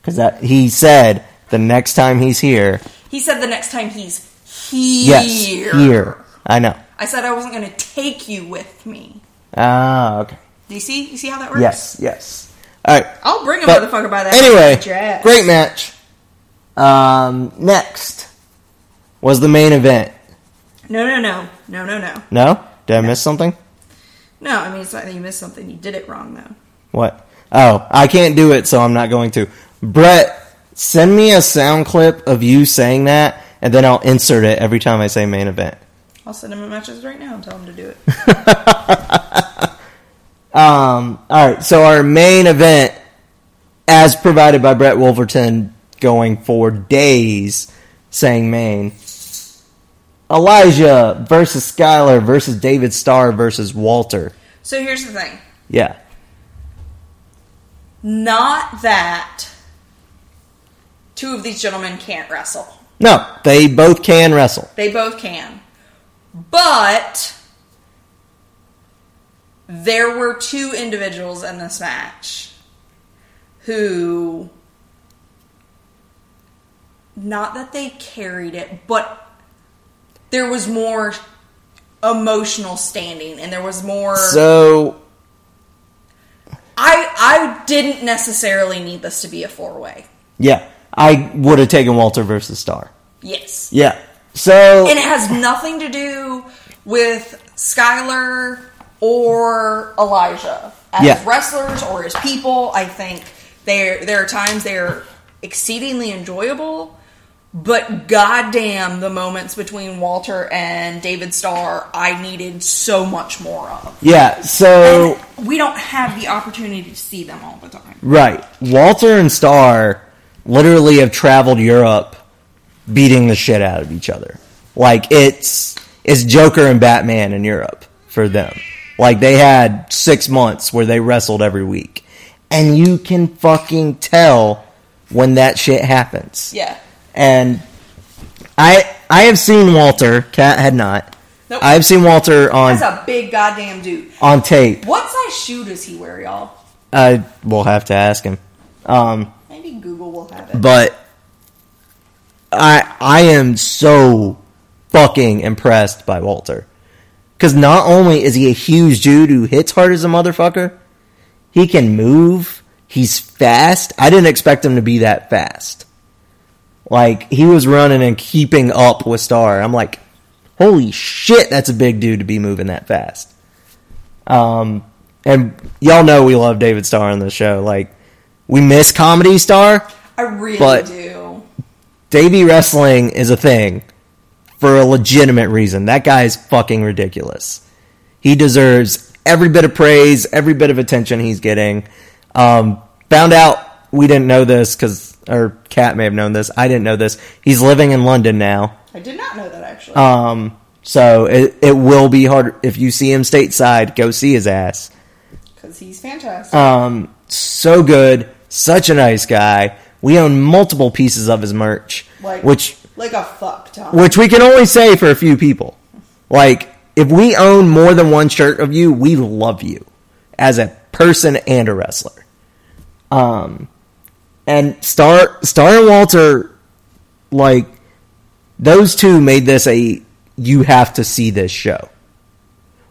S2: Because that he said the next time he's here,
S3: He said the next time he's
S2: yes,
S3: here.
S2: here. I know.
S3: I said I wasn't going to take you with me.
S2: Ah, okay.
S3: Do you see? You see how that works?
S2: Yes, yes. All right.
S3: I'll bring a
S2: But
S3: motherfucker by that.
S2: anyway,
S3: Jazz.
S2: great match. Um, next was the main event.
S3: No, no, no, no, no, no.
S2: No, did I miss something?
S3: No, I mean it's not that you missed something. You did it wrong though.
S2: What? Oh, I can't do it, so I'm not going to. Brett, send me a sound clip of you saying that, and then I'll insert it every time I say main event.
S3: I'll send him a message right now and tell him to do it.
S2: (laughs) Um, all right, so our main event, as provided by Brett Wolverton, going for days, saying Maine. Elijah versus Skylar versus David Starr versus Walter.
S3: So here's the thing.
S2: Yeah,
S3: Not that two of these gentlemen can't wrestle.
S2: no, they both can wrestle.
S3: They both can. But there were two individuals in this match who not that they carried it, but there was more emotional standing and there was more
S2: So
S3: I I didn't necessarily need this to be a four way.
S2: Yeah, I would have taken Walter versus Star.
S3: Yes.
S2: Yeah. So
S3: And it has nothing to do with Skylar or Elijah as
S2: Yeah.
S3: wrestlers or as people. I think there there are times they're exceedingly enjoyable, but goddamn the moments between Walter and David Starr I needed so much more of.
S2: yeah, so
S3: And we don't have the opportunity to see them all the time.
S2: right, Walter and Star literally have traveled Europe beating the shit out of each other. Like it's it's Joker and Batman in Europe for them. Like they had 6 months where they wrestled every week. And you can fucking tell when that shit happens.
S3: Yeah.
S2: And I I have seen Walter, Cat had not.
S3: Nope.
S2: I've seen Walter on
S3: That's a big goddamn dude.
S2: on tape.
S3: What size shoe does he wear, y'all?
S2: I will have to ask him. Um,
S3: Maybe Google will have it.
S2: but I I am so fucking impressed by Walter because not only is he a huge dude who hits hard as a motherfucker, he can move. He's fast. I didn't expect him to be that fast. Like he was running and keeping up with Star. I'm like, holy shit, that's a big dude to be moving that fast. Um, and y'all know we love David Starr on the show. Like we miss comedy Star.
S3: I really
S2: but-
S3: do.
S2: Davey wrestling is a thing for a legitimate reason. That guy's fucking ridiculous. He deserves every bit of praise, every bit of attention he's getting. Um, found out we didn't know this because, or Kat may have known this. I didn't know this. He's living in London now.
S3: I did not know that actually.
S2: Um, so it, it will be hard. If you see him stateside, go see his ass.
S3: Because he's fantastic.
S2: Um, so good. Such a nice guy. We own multiple pieces of his merch,
S3: like
S2: which
S3: like a fuck ton.
S2: which we can only say for a few people. Like, if we own more than one shirt of you, we love you as a person and a wrestler. Um, and Star Star and Walter, like those two, made this a you have to see this show.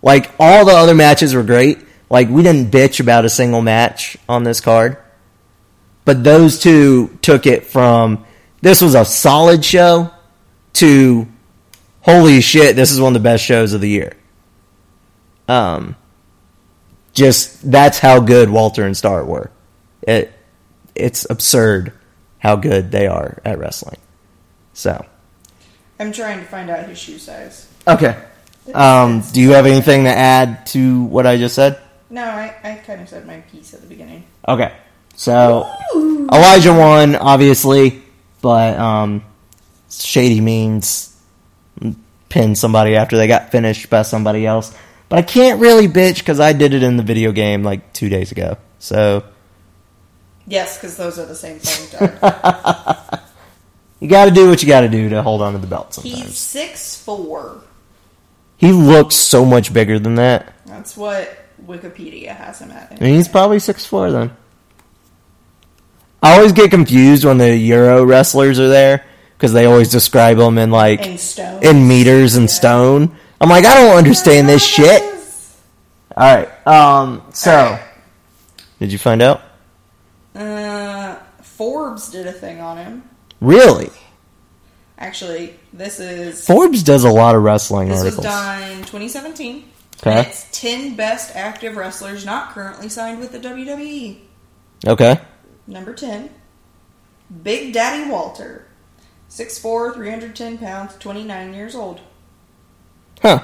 S2: Like all the other matches were great. Like we didn't bitch about a single match on this card, but those two took it from this was a solid show to holy shit, this is one of the best shows of the year. Um, just that's how good Walter and Star were. It it's absurd how good they are at wrestling. So
S3: I'm trying to find out his shoe size.
S2: okay, um, do you have anything to add to what I just said?
S3: No, I, I kind of said my piece at the beginning.
S2: Okay, so Elijah won obviously, but um, shady means pin somebody after they got finished by somebody else. But I can't really bitch because I did it in the video game like two days ago. So
S3: Yes, because those are the
S2: (laughs)
S3: same thing. Doug.
S2: you got to do what you got to do to hold on to the belt.
S3: he's
S2: Sometimes
S3: six four.
S2: he looks so much bigger than that,
S3: That's what Wikipedia has him at.
S2: and he's probably six four then. I always get confused when the Euro wrestlers are there because they always describe them in like
S3: in stone.
S2: in meters and stone. I'm like, I don't understand this shit. All right. Um. So, did you find out?
S3: Uh, Forbes did a thing on him.
S2: Really?
S3: Actually, this is
S2: Forbes does a lot of wrestling
S3: This was
S2: articles.
S3: done 2017.
S2: Okay.
S3: And it's 10 best active wrestlers not currently signed with the E. WWE.
S2: Okay.
S3: Number 10, Big Daddy Walter. 6'4, 310 pounds, 29 years old.
S2: Huh.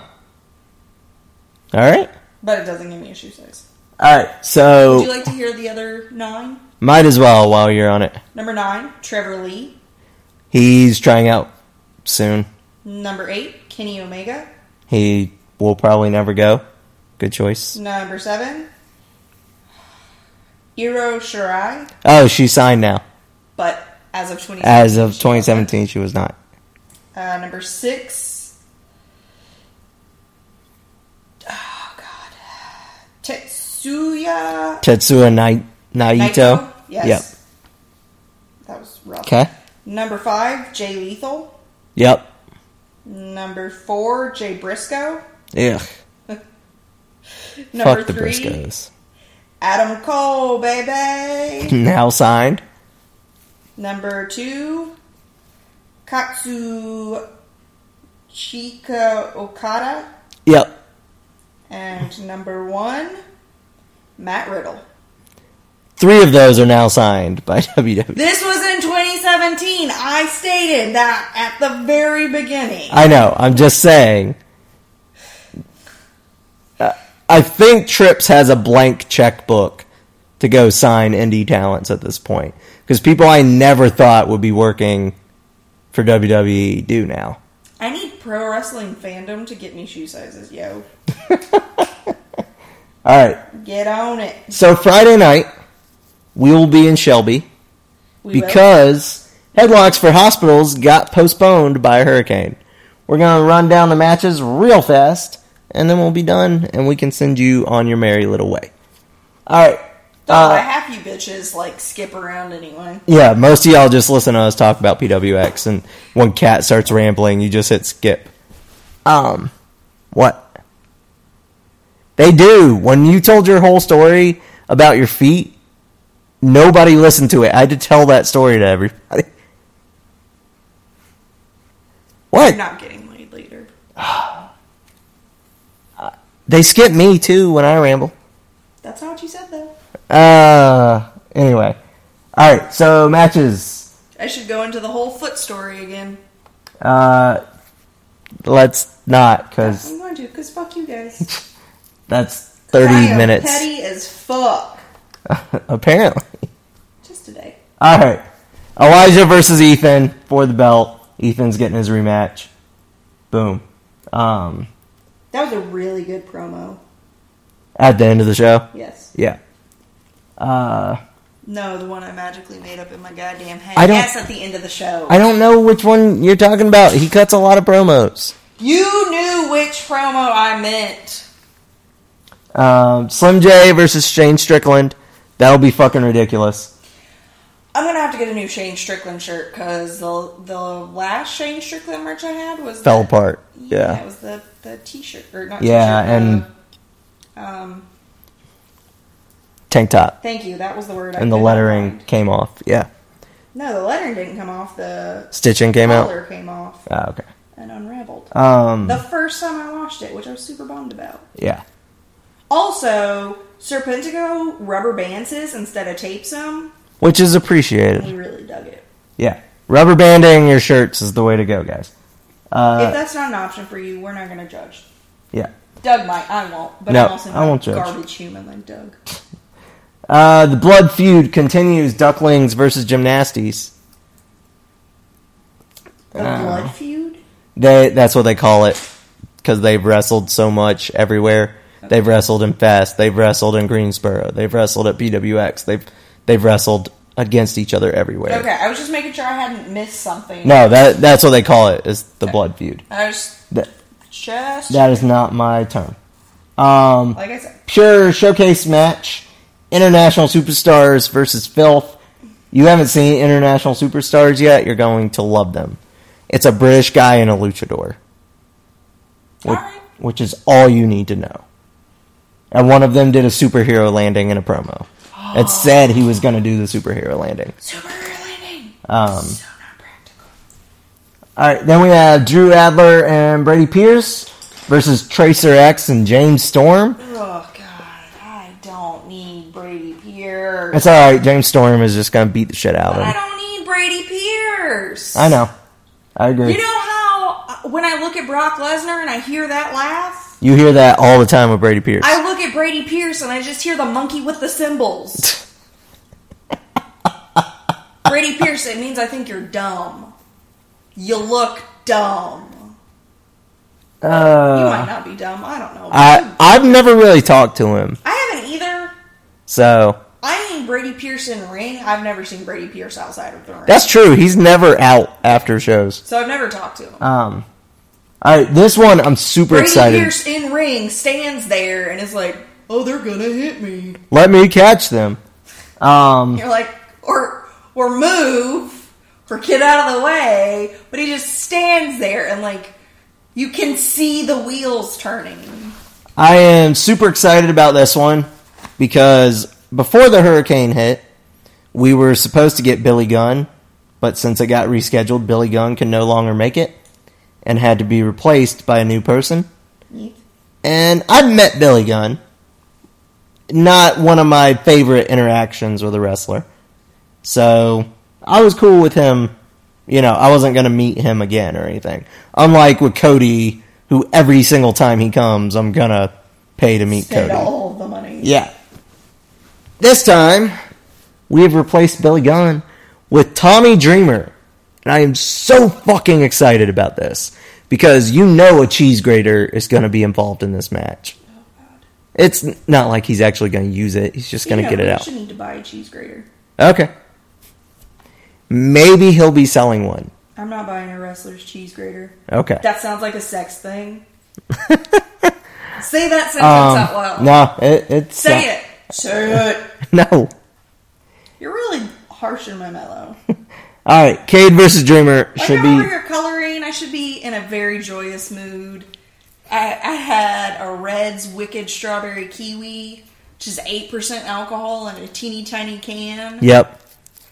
S2: All right.
S3: But it doesn't give me a shoe size.
S2: All right.
S3: Would you
S2: So,
S3: like to hear the other nine?
S2: might as well while you're on it.
S3: Number 9, Trevor Lee.
S2: He's trying out soon.
S3: Number 8, Kenny Omega.
S2: He will probably never go. Good choice.
S3: Number 7, Iro Shirai.
S2: Oh, she signed now.
S3: But as of 2017.
S2: As of 2017, she was not.
S3: Uh, number six. Oh God. Tetsuya
S2: Tetsuya Nai- Naito.
S3: Yes. That was rough.
S2: Yep. Okay.
S3: Number five, Jay Lethal.
S2: Yep.
S3: Number four, Jay Briscoe.
S2: Yeah.
S3: Number
S2: Fuck the
S3: three,
S2: Briscoes. (laughs)
S3: Adam Cole, baby.
S2: Now signed.
S3: Number two, Katsu Chika Okada.
S2: Yep.
S3: And number one, Matt Riddle.
S2: Three of those are now signed by (laughs) E. WWE.
S3: This was in 2017. I stated that at the very beginning.
S2: I know. I'm just saying. Uh, I think Trips has a blank checkbook to go sign indie talents at this point because people I never thought would be working for WWE do now.
S3: I need pro wrestling fandom to get me shoe sizes, yo.
S2: All right.
S3: Get on it.
S2: So Friday night, we will be in Shelby
S3: We will.
S2: because headlocks for hospitals got postponed by a hurricane. We're gonna run down the matches real fast, and then we'll be done, and we can send you on your merry little way. All right.
S3: Don't
S2: Uh,
S3: let half you bitches like skip around anyway.
S2: yeah, most of y'all just listen to us talk about PWX, and when Cat starts rambling, you just hit skip. Um, what? They do. When you told your whole story about your feet, nobody listened to it. I had to tell that story to everybody. What?
S3: You're not getting laid later.
S2: they skip me too when I ramble.
S3: That's not what you said though.
S2: Uh, anyway. All right, so matches.
S3: I should go into the whole foot story again.
S2: Uh, let's not, because
S3: I'm going to, cause fuck you guys.
S2: that's
S3: I
S2: 30
S3: am
S2: minutes.
S3: Petty as fuck.
S2: (laughs) Apparently.
S3: Just today.
S2: All right. Elijah versus Ethan for the belt. Ethan's getting his rematch. Boom. Um,
S3: That was a really good promo.
S2: at the end of the show.
S3: Yes.
S2: Yeah. Uh,
S3: No, the one I magically made up in my goddamn head.
S2: I don't-
S3: Yes, at the end of the show.
S2: I don't know which one you're talking about. He cuts a lot of promos.
S3: you knew which promo I meant.
S2: Um, Slim J versus Shane Strickland. That'll be fucking ridiculous.
S3: I'm gonna have to get a new Shane Strickland shirt because the the last Shane Strickland merch I had was
S2: Fell
S3: the-
S2: apart.
S3: That
S2: Yeah.
S3: was the the T-shirt or not?
S2: Yeah,
S3: t-shirt, the, um,
S2: Tank top.
S3: thank you. That was the word. I
S2: And the
S3: could not
S2: lettering
S3: find.
S2: came off. Yeah.
S3: No, the lettering didn't come off. The
S2: Stitching came out.
S3: collar came off
S2: Ah, okay.
S3: and unraveled.
S2: Um,
S3: the first time I watched it, which I was super bummed about.
S2: yeah.
S3: Also, Serpentico rubber bands his instead of tapes him.
S2: Which is appreciated.
S3: We really dug it.
S2: Yeah. Rubber banding your shirts is the way to go, guys.
S3: if
S2: Uh,
S3: that's not an option for you, we're not gonna judge.
S2: yeah.
S3: Doug might. I won't. But
S2: No,
S3: I'm also
S2: I
S3: not
S2: won't judge.
S3: garbage human like Doug.
S2: Uh, the blood feud continues Ducklings versus Gymnasties.
S3: The
S2: Uh.
S3: blood feud.
S2: They, that's what they call it because they've wrestled so much everywhere. They've wrestled in Fest. They've wrestled in Greensboro. They've wrestled at PWX. They've, they've wrestled against each other everywhere.
S3: Okay, I was just making sure I hadn't missed something.
S2: No, that, that's what they call it is the blood feud.
S3: I was
S2: That,
S3: just
S2: that is not my term. Um,
S3: like I said.
S2: pure showcase match international superstars versus filth you haven't seen international superstars yet you're going to love them it's a british guy and a luchador which,
S3: Alright.
S2: which is all you need to know and one of them did a superhero landing in a promo it said he was going to do the superhero landing
S3: Super landing.
S2: Um,
S3: so not practical.
S2: all right then we have drew adler and brady pierce versus tracer x and james storm
S3: Oh god, I don't need Brady Pierce.
S2: it's all right james storm is just going to beat the shit out of
S3: But I
S2: him
S3: don't need Brady Pierce.
S2: I know. I agree. You,
S3: You know how uh, when I look at Brock Lesnar and I hear that laugh,
S2: hear that all the time with Brady Pierce.
S3: I look at Brady Pierce and I just hear the monkey with
S2: (laughs)
S3: the cymbals. Brady Pierce, it means I think you're dumb. You look dumb. You might
S2: uh,
S3: not be dumb. I don't know.
S2: I I've never really talked to him,
S3: I haven't either.
S2: so
S3: I mean Brady Pierce in ring. I've never seen Brady Pierce outside of the ring.
S2: that's true. He's never out after shows.
S3: so I've never talked to him.
S2: Um, all right, this one I'm super
S3: Brady
S2: excited.
S3: Pierce in ring stands there and is like, "Oh, they're gonna hit me."
S2: Let me catch them. Um,
S3: You're like, or or move or get out of the way, but he just stands there and like you can see the wheels turning.
S2: I am super excited about this one. because before the hurricane hit, we were supposed to get Billy Gunn, but since it got rescheduled, Billy Gunn can no longer make it and had to be replaced by a new person. And I've met Billy Gunn. Not one of my favorite interactions with a wrestler. So I was cool with him. You know, I wasn't going to meet him again or anything. Unlike with Cody, who every single time he comes, I'm going to pay to meet
S3: Spend
S2: Cody.
S3: all the money.
S2: Yeah. This time, we have replaced Billy Gunn with Tommy Dreamer. And I am so fucking excited about this because you know a cheese grater is going to be involved in this match. It's n- not like he's actually going to use it, he's just going to
S3: You know,
S2: get it
S3: we
S2: out.
S3: should need to buy a cheese grater.
S2: Okay. Maybe he'll be selling one.
S3: I'm not buying a wrestler's cheese grater.
S2: Okay.
S3: That sounds like a sex thing. Say that sentence out loud.
S2: Um, no, it, it's.
S3: Say it. Say it.
S2: it. (laughs) No.
S3: You're really harsh in my mellow.
S2: All right. Cade versus Dreamer
S3: I
S2: should
S3: remember
S2: be.
S3: your coloring. I should be in a very joyous mood. I, I had a Reds Wicked Strawberry Kiwi, which is eight percent alcohol in a teeny tiny can.
S2: Yep.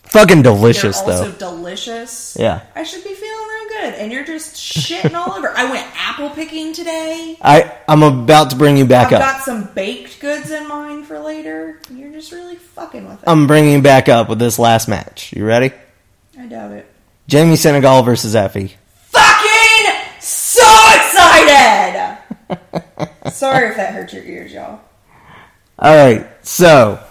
S2: Fucking
S3: They're
S2: delicious, though.
S3: also delicious.
S2: Yeah.
S3: I should be feeling real good, and you're just shitting all over. I went apple picking today.
S2: I I'm about to bring you back
S3: I've
S2: up.
S3: got some baked goods in mind for later. You're just really fucking with it.
S2: I'm bringing you back up with this last match. You ready?
S3: I doubt it.
S2: Jamie Senegal versus Effie.
S3: fucking so
S2: (laughs)
S3: excited. Sorry if that hurt your ears, y'all.
S2: All right. So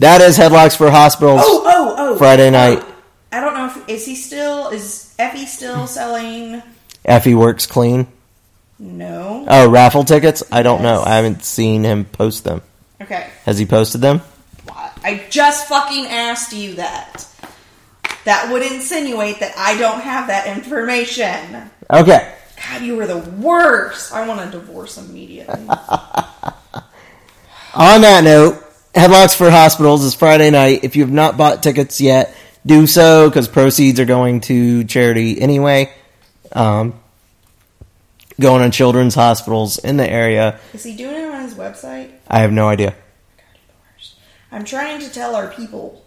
S2: that is headlocks for hospitals.
S3: Oh, oh, oh.
S2: Friday night.
S3: I don't know if is he still is Effie still selling?
S2: Effie works clean.
S3: No.
S2: Oh, raffle tickets? I don't know.
S3: Yes.
S2: I haven't seen him post them.
S3: Okay.
S2: Has he posted them?
S3: I just fucking asked you that. That would insinuate that I don't have that information.
S2: Okay.
S3: God, you were the worst. I want to divorce immediately.
S2: On that note, Headlocks for Hospitals is Friday night. If you have not bought tickets yet, do so because proceeds are going to charity anyway. Um, going on children's hospitals in the area.
S3: is he doing it on his website?
S2: I have no idea.
S3: I'm trying to tell our people.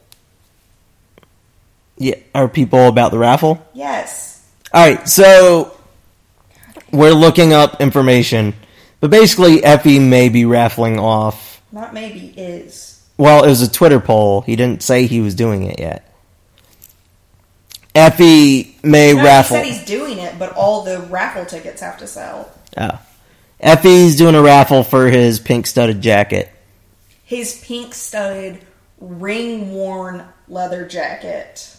S2: Yeah, are people about the raffle?
S3: Yes.
S2: All right, so we're looking up information, but basically Effie may be raffling off.
S3: Not maybe is.
S2: Well, it was a Twitter poll. He didn't say he was doing it yet. Effie may
S3: No,
S2: raffle.
S3: He said he's doing it, but all the raffle tickets have to sell.
S2: Oh. Effie's doing a raffle for his pink studded jacket.
S3: His pink studded ring worn leather jacket.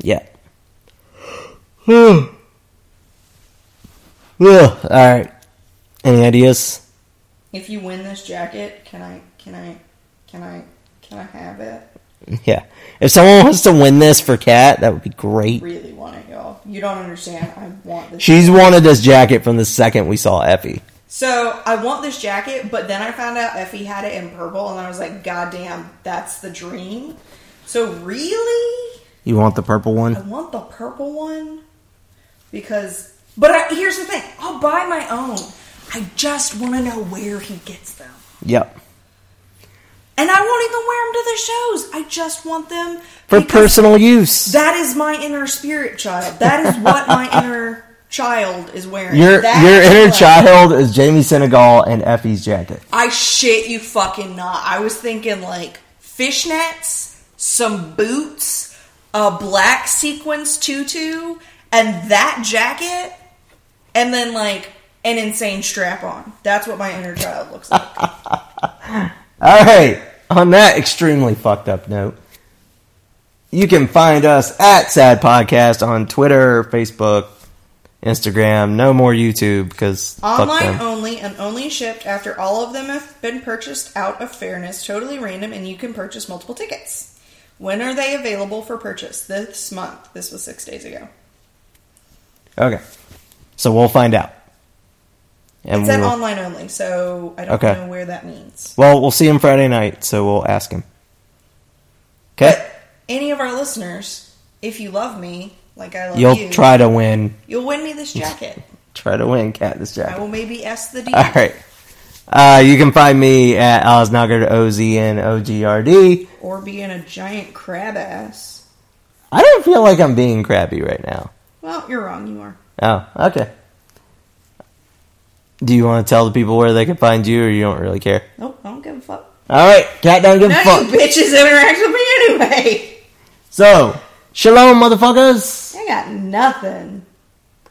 S2: Yeah. (sighs) Ugh. All right. Any ideas? (laughs)
S3: If you win this jacket, can I can I can I can I have it?
S2: Yeah. If someone wants to win this for Kat, that would be great.
S3: Really want it, y'all. You don't understand. I want this.
S2: She's wanted this jacket from the second we saw Effie.
S3: so I want this jacket, but then I found out Effie had it in purple, and I was like, God damn, that's the dream. So really,
S2: You want the purple
S3: I
S2: one?
S3: want the purple one because. But I, here's the thing: I'll buy my own. I just want to know where he gets them,
S2: Yep.
S3: and I won't even wear them to the shows. I just want them
S2: For
S3: because
S2: personal use.
S3: That is my inner spirit child. That is
S2: (laughs)
S3: what my inner child is wearing.
S2: Your
S3: That
S2: your
S3: is
S2: inner
S3: what-
S2: child is Jamie Senegal and Effie's jacket.
S3: I shit you fucking not. I was thinking like fishnets, some boots, a black sequins tutu, and that jacket, and then like an insane strap on. That's what my inner child looks like.
S2: All right. On that extremely fucked up note, you can find us at Sad Podcast on Twitter, Facebook, Instagram. No more YouTube because fuck
S3: Online
S2: them.
S3: only and only shipped after all of them have been purchased out of fairness, totally random, and you can purchase multiple tickets. When are they available for purchase? This month. This was six days ago.
S2: Okay. So we'll find out. And
S3: It's at
S2: we'll,
S3: online only, so I don't
S2: Mm. Okay.
S3: know where that means.
S2: well, we'll see him Friday night, so we'll ask him. Okay.
S3: But any of our listeners, if you love me like I love
S2: You'll
S3: you,
S2: try to win.
S3: You'll win me this jacket.
S2: Try to win, Cat. This
S3: I
S2: jacket. (laughs)
S3: will maybe ask the DM.
S2: All right. Uh, you can find me at Oznaggard, O Z N O G R D.
S3: Or being a giant crab ass.
S2: I don't feel like I'm being crabby right now.
S3: Well, you're wrong, you are.
S2: Oh, okay. Do you want to tell the people where they can find you, or you don't really care?
S3: Nope, I don't give a fuck.
S2: All right, cat don't give a
S3: None
S2: fuck.
S3: of you bitches interact with me anyway.
S2: So, shalom, motherfuckers.
S3: I got nothing.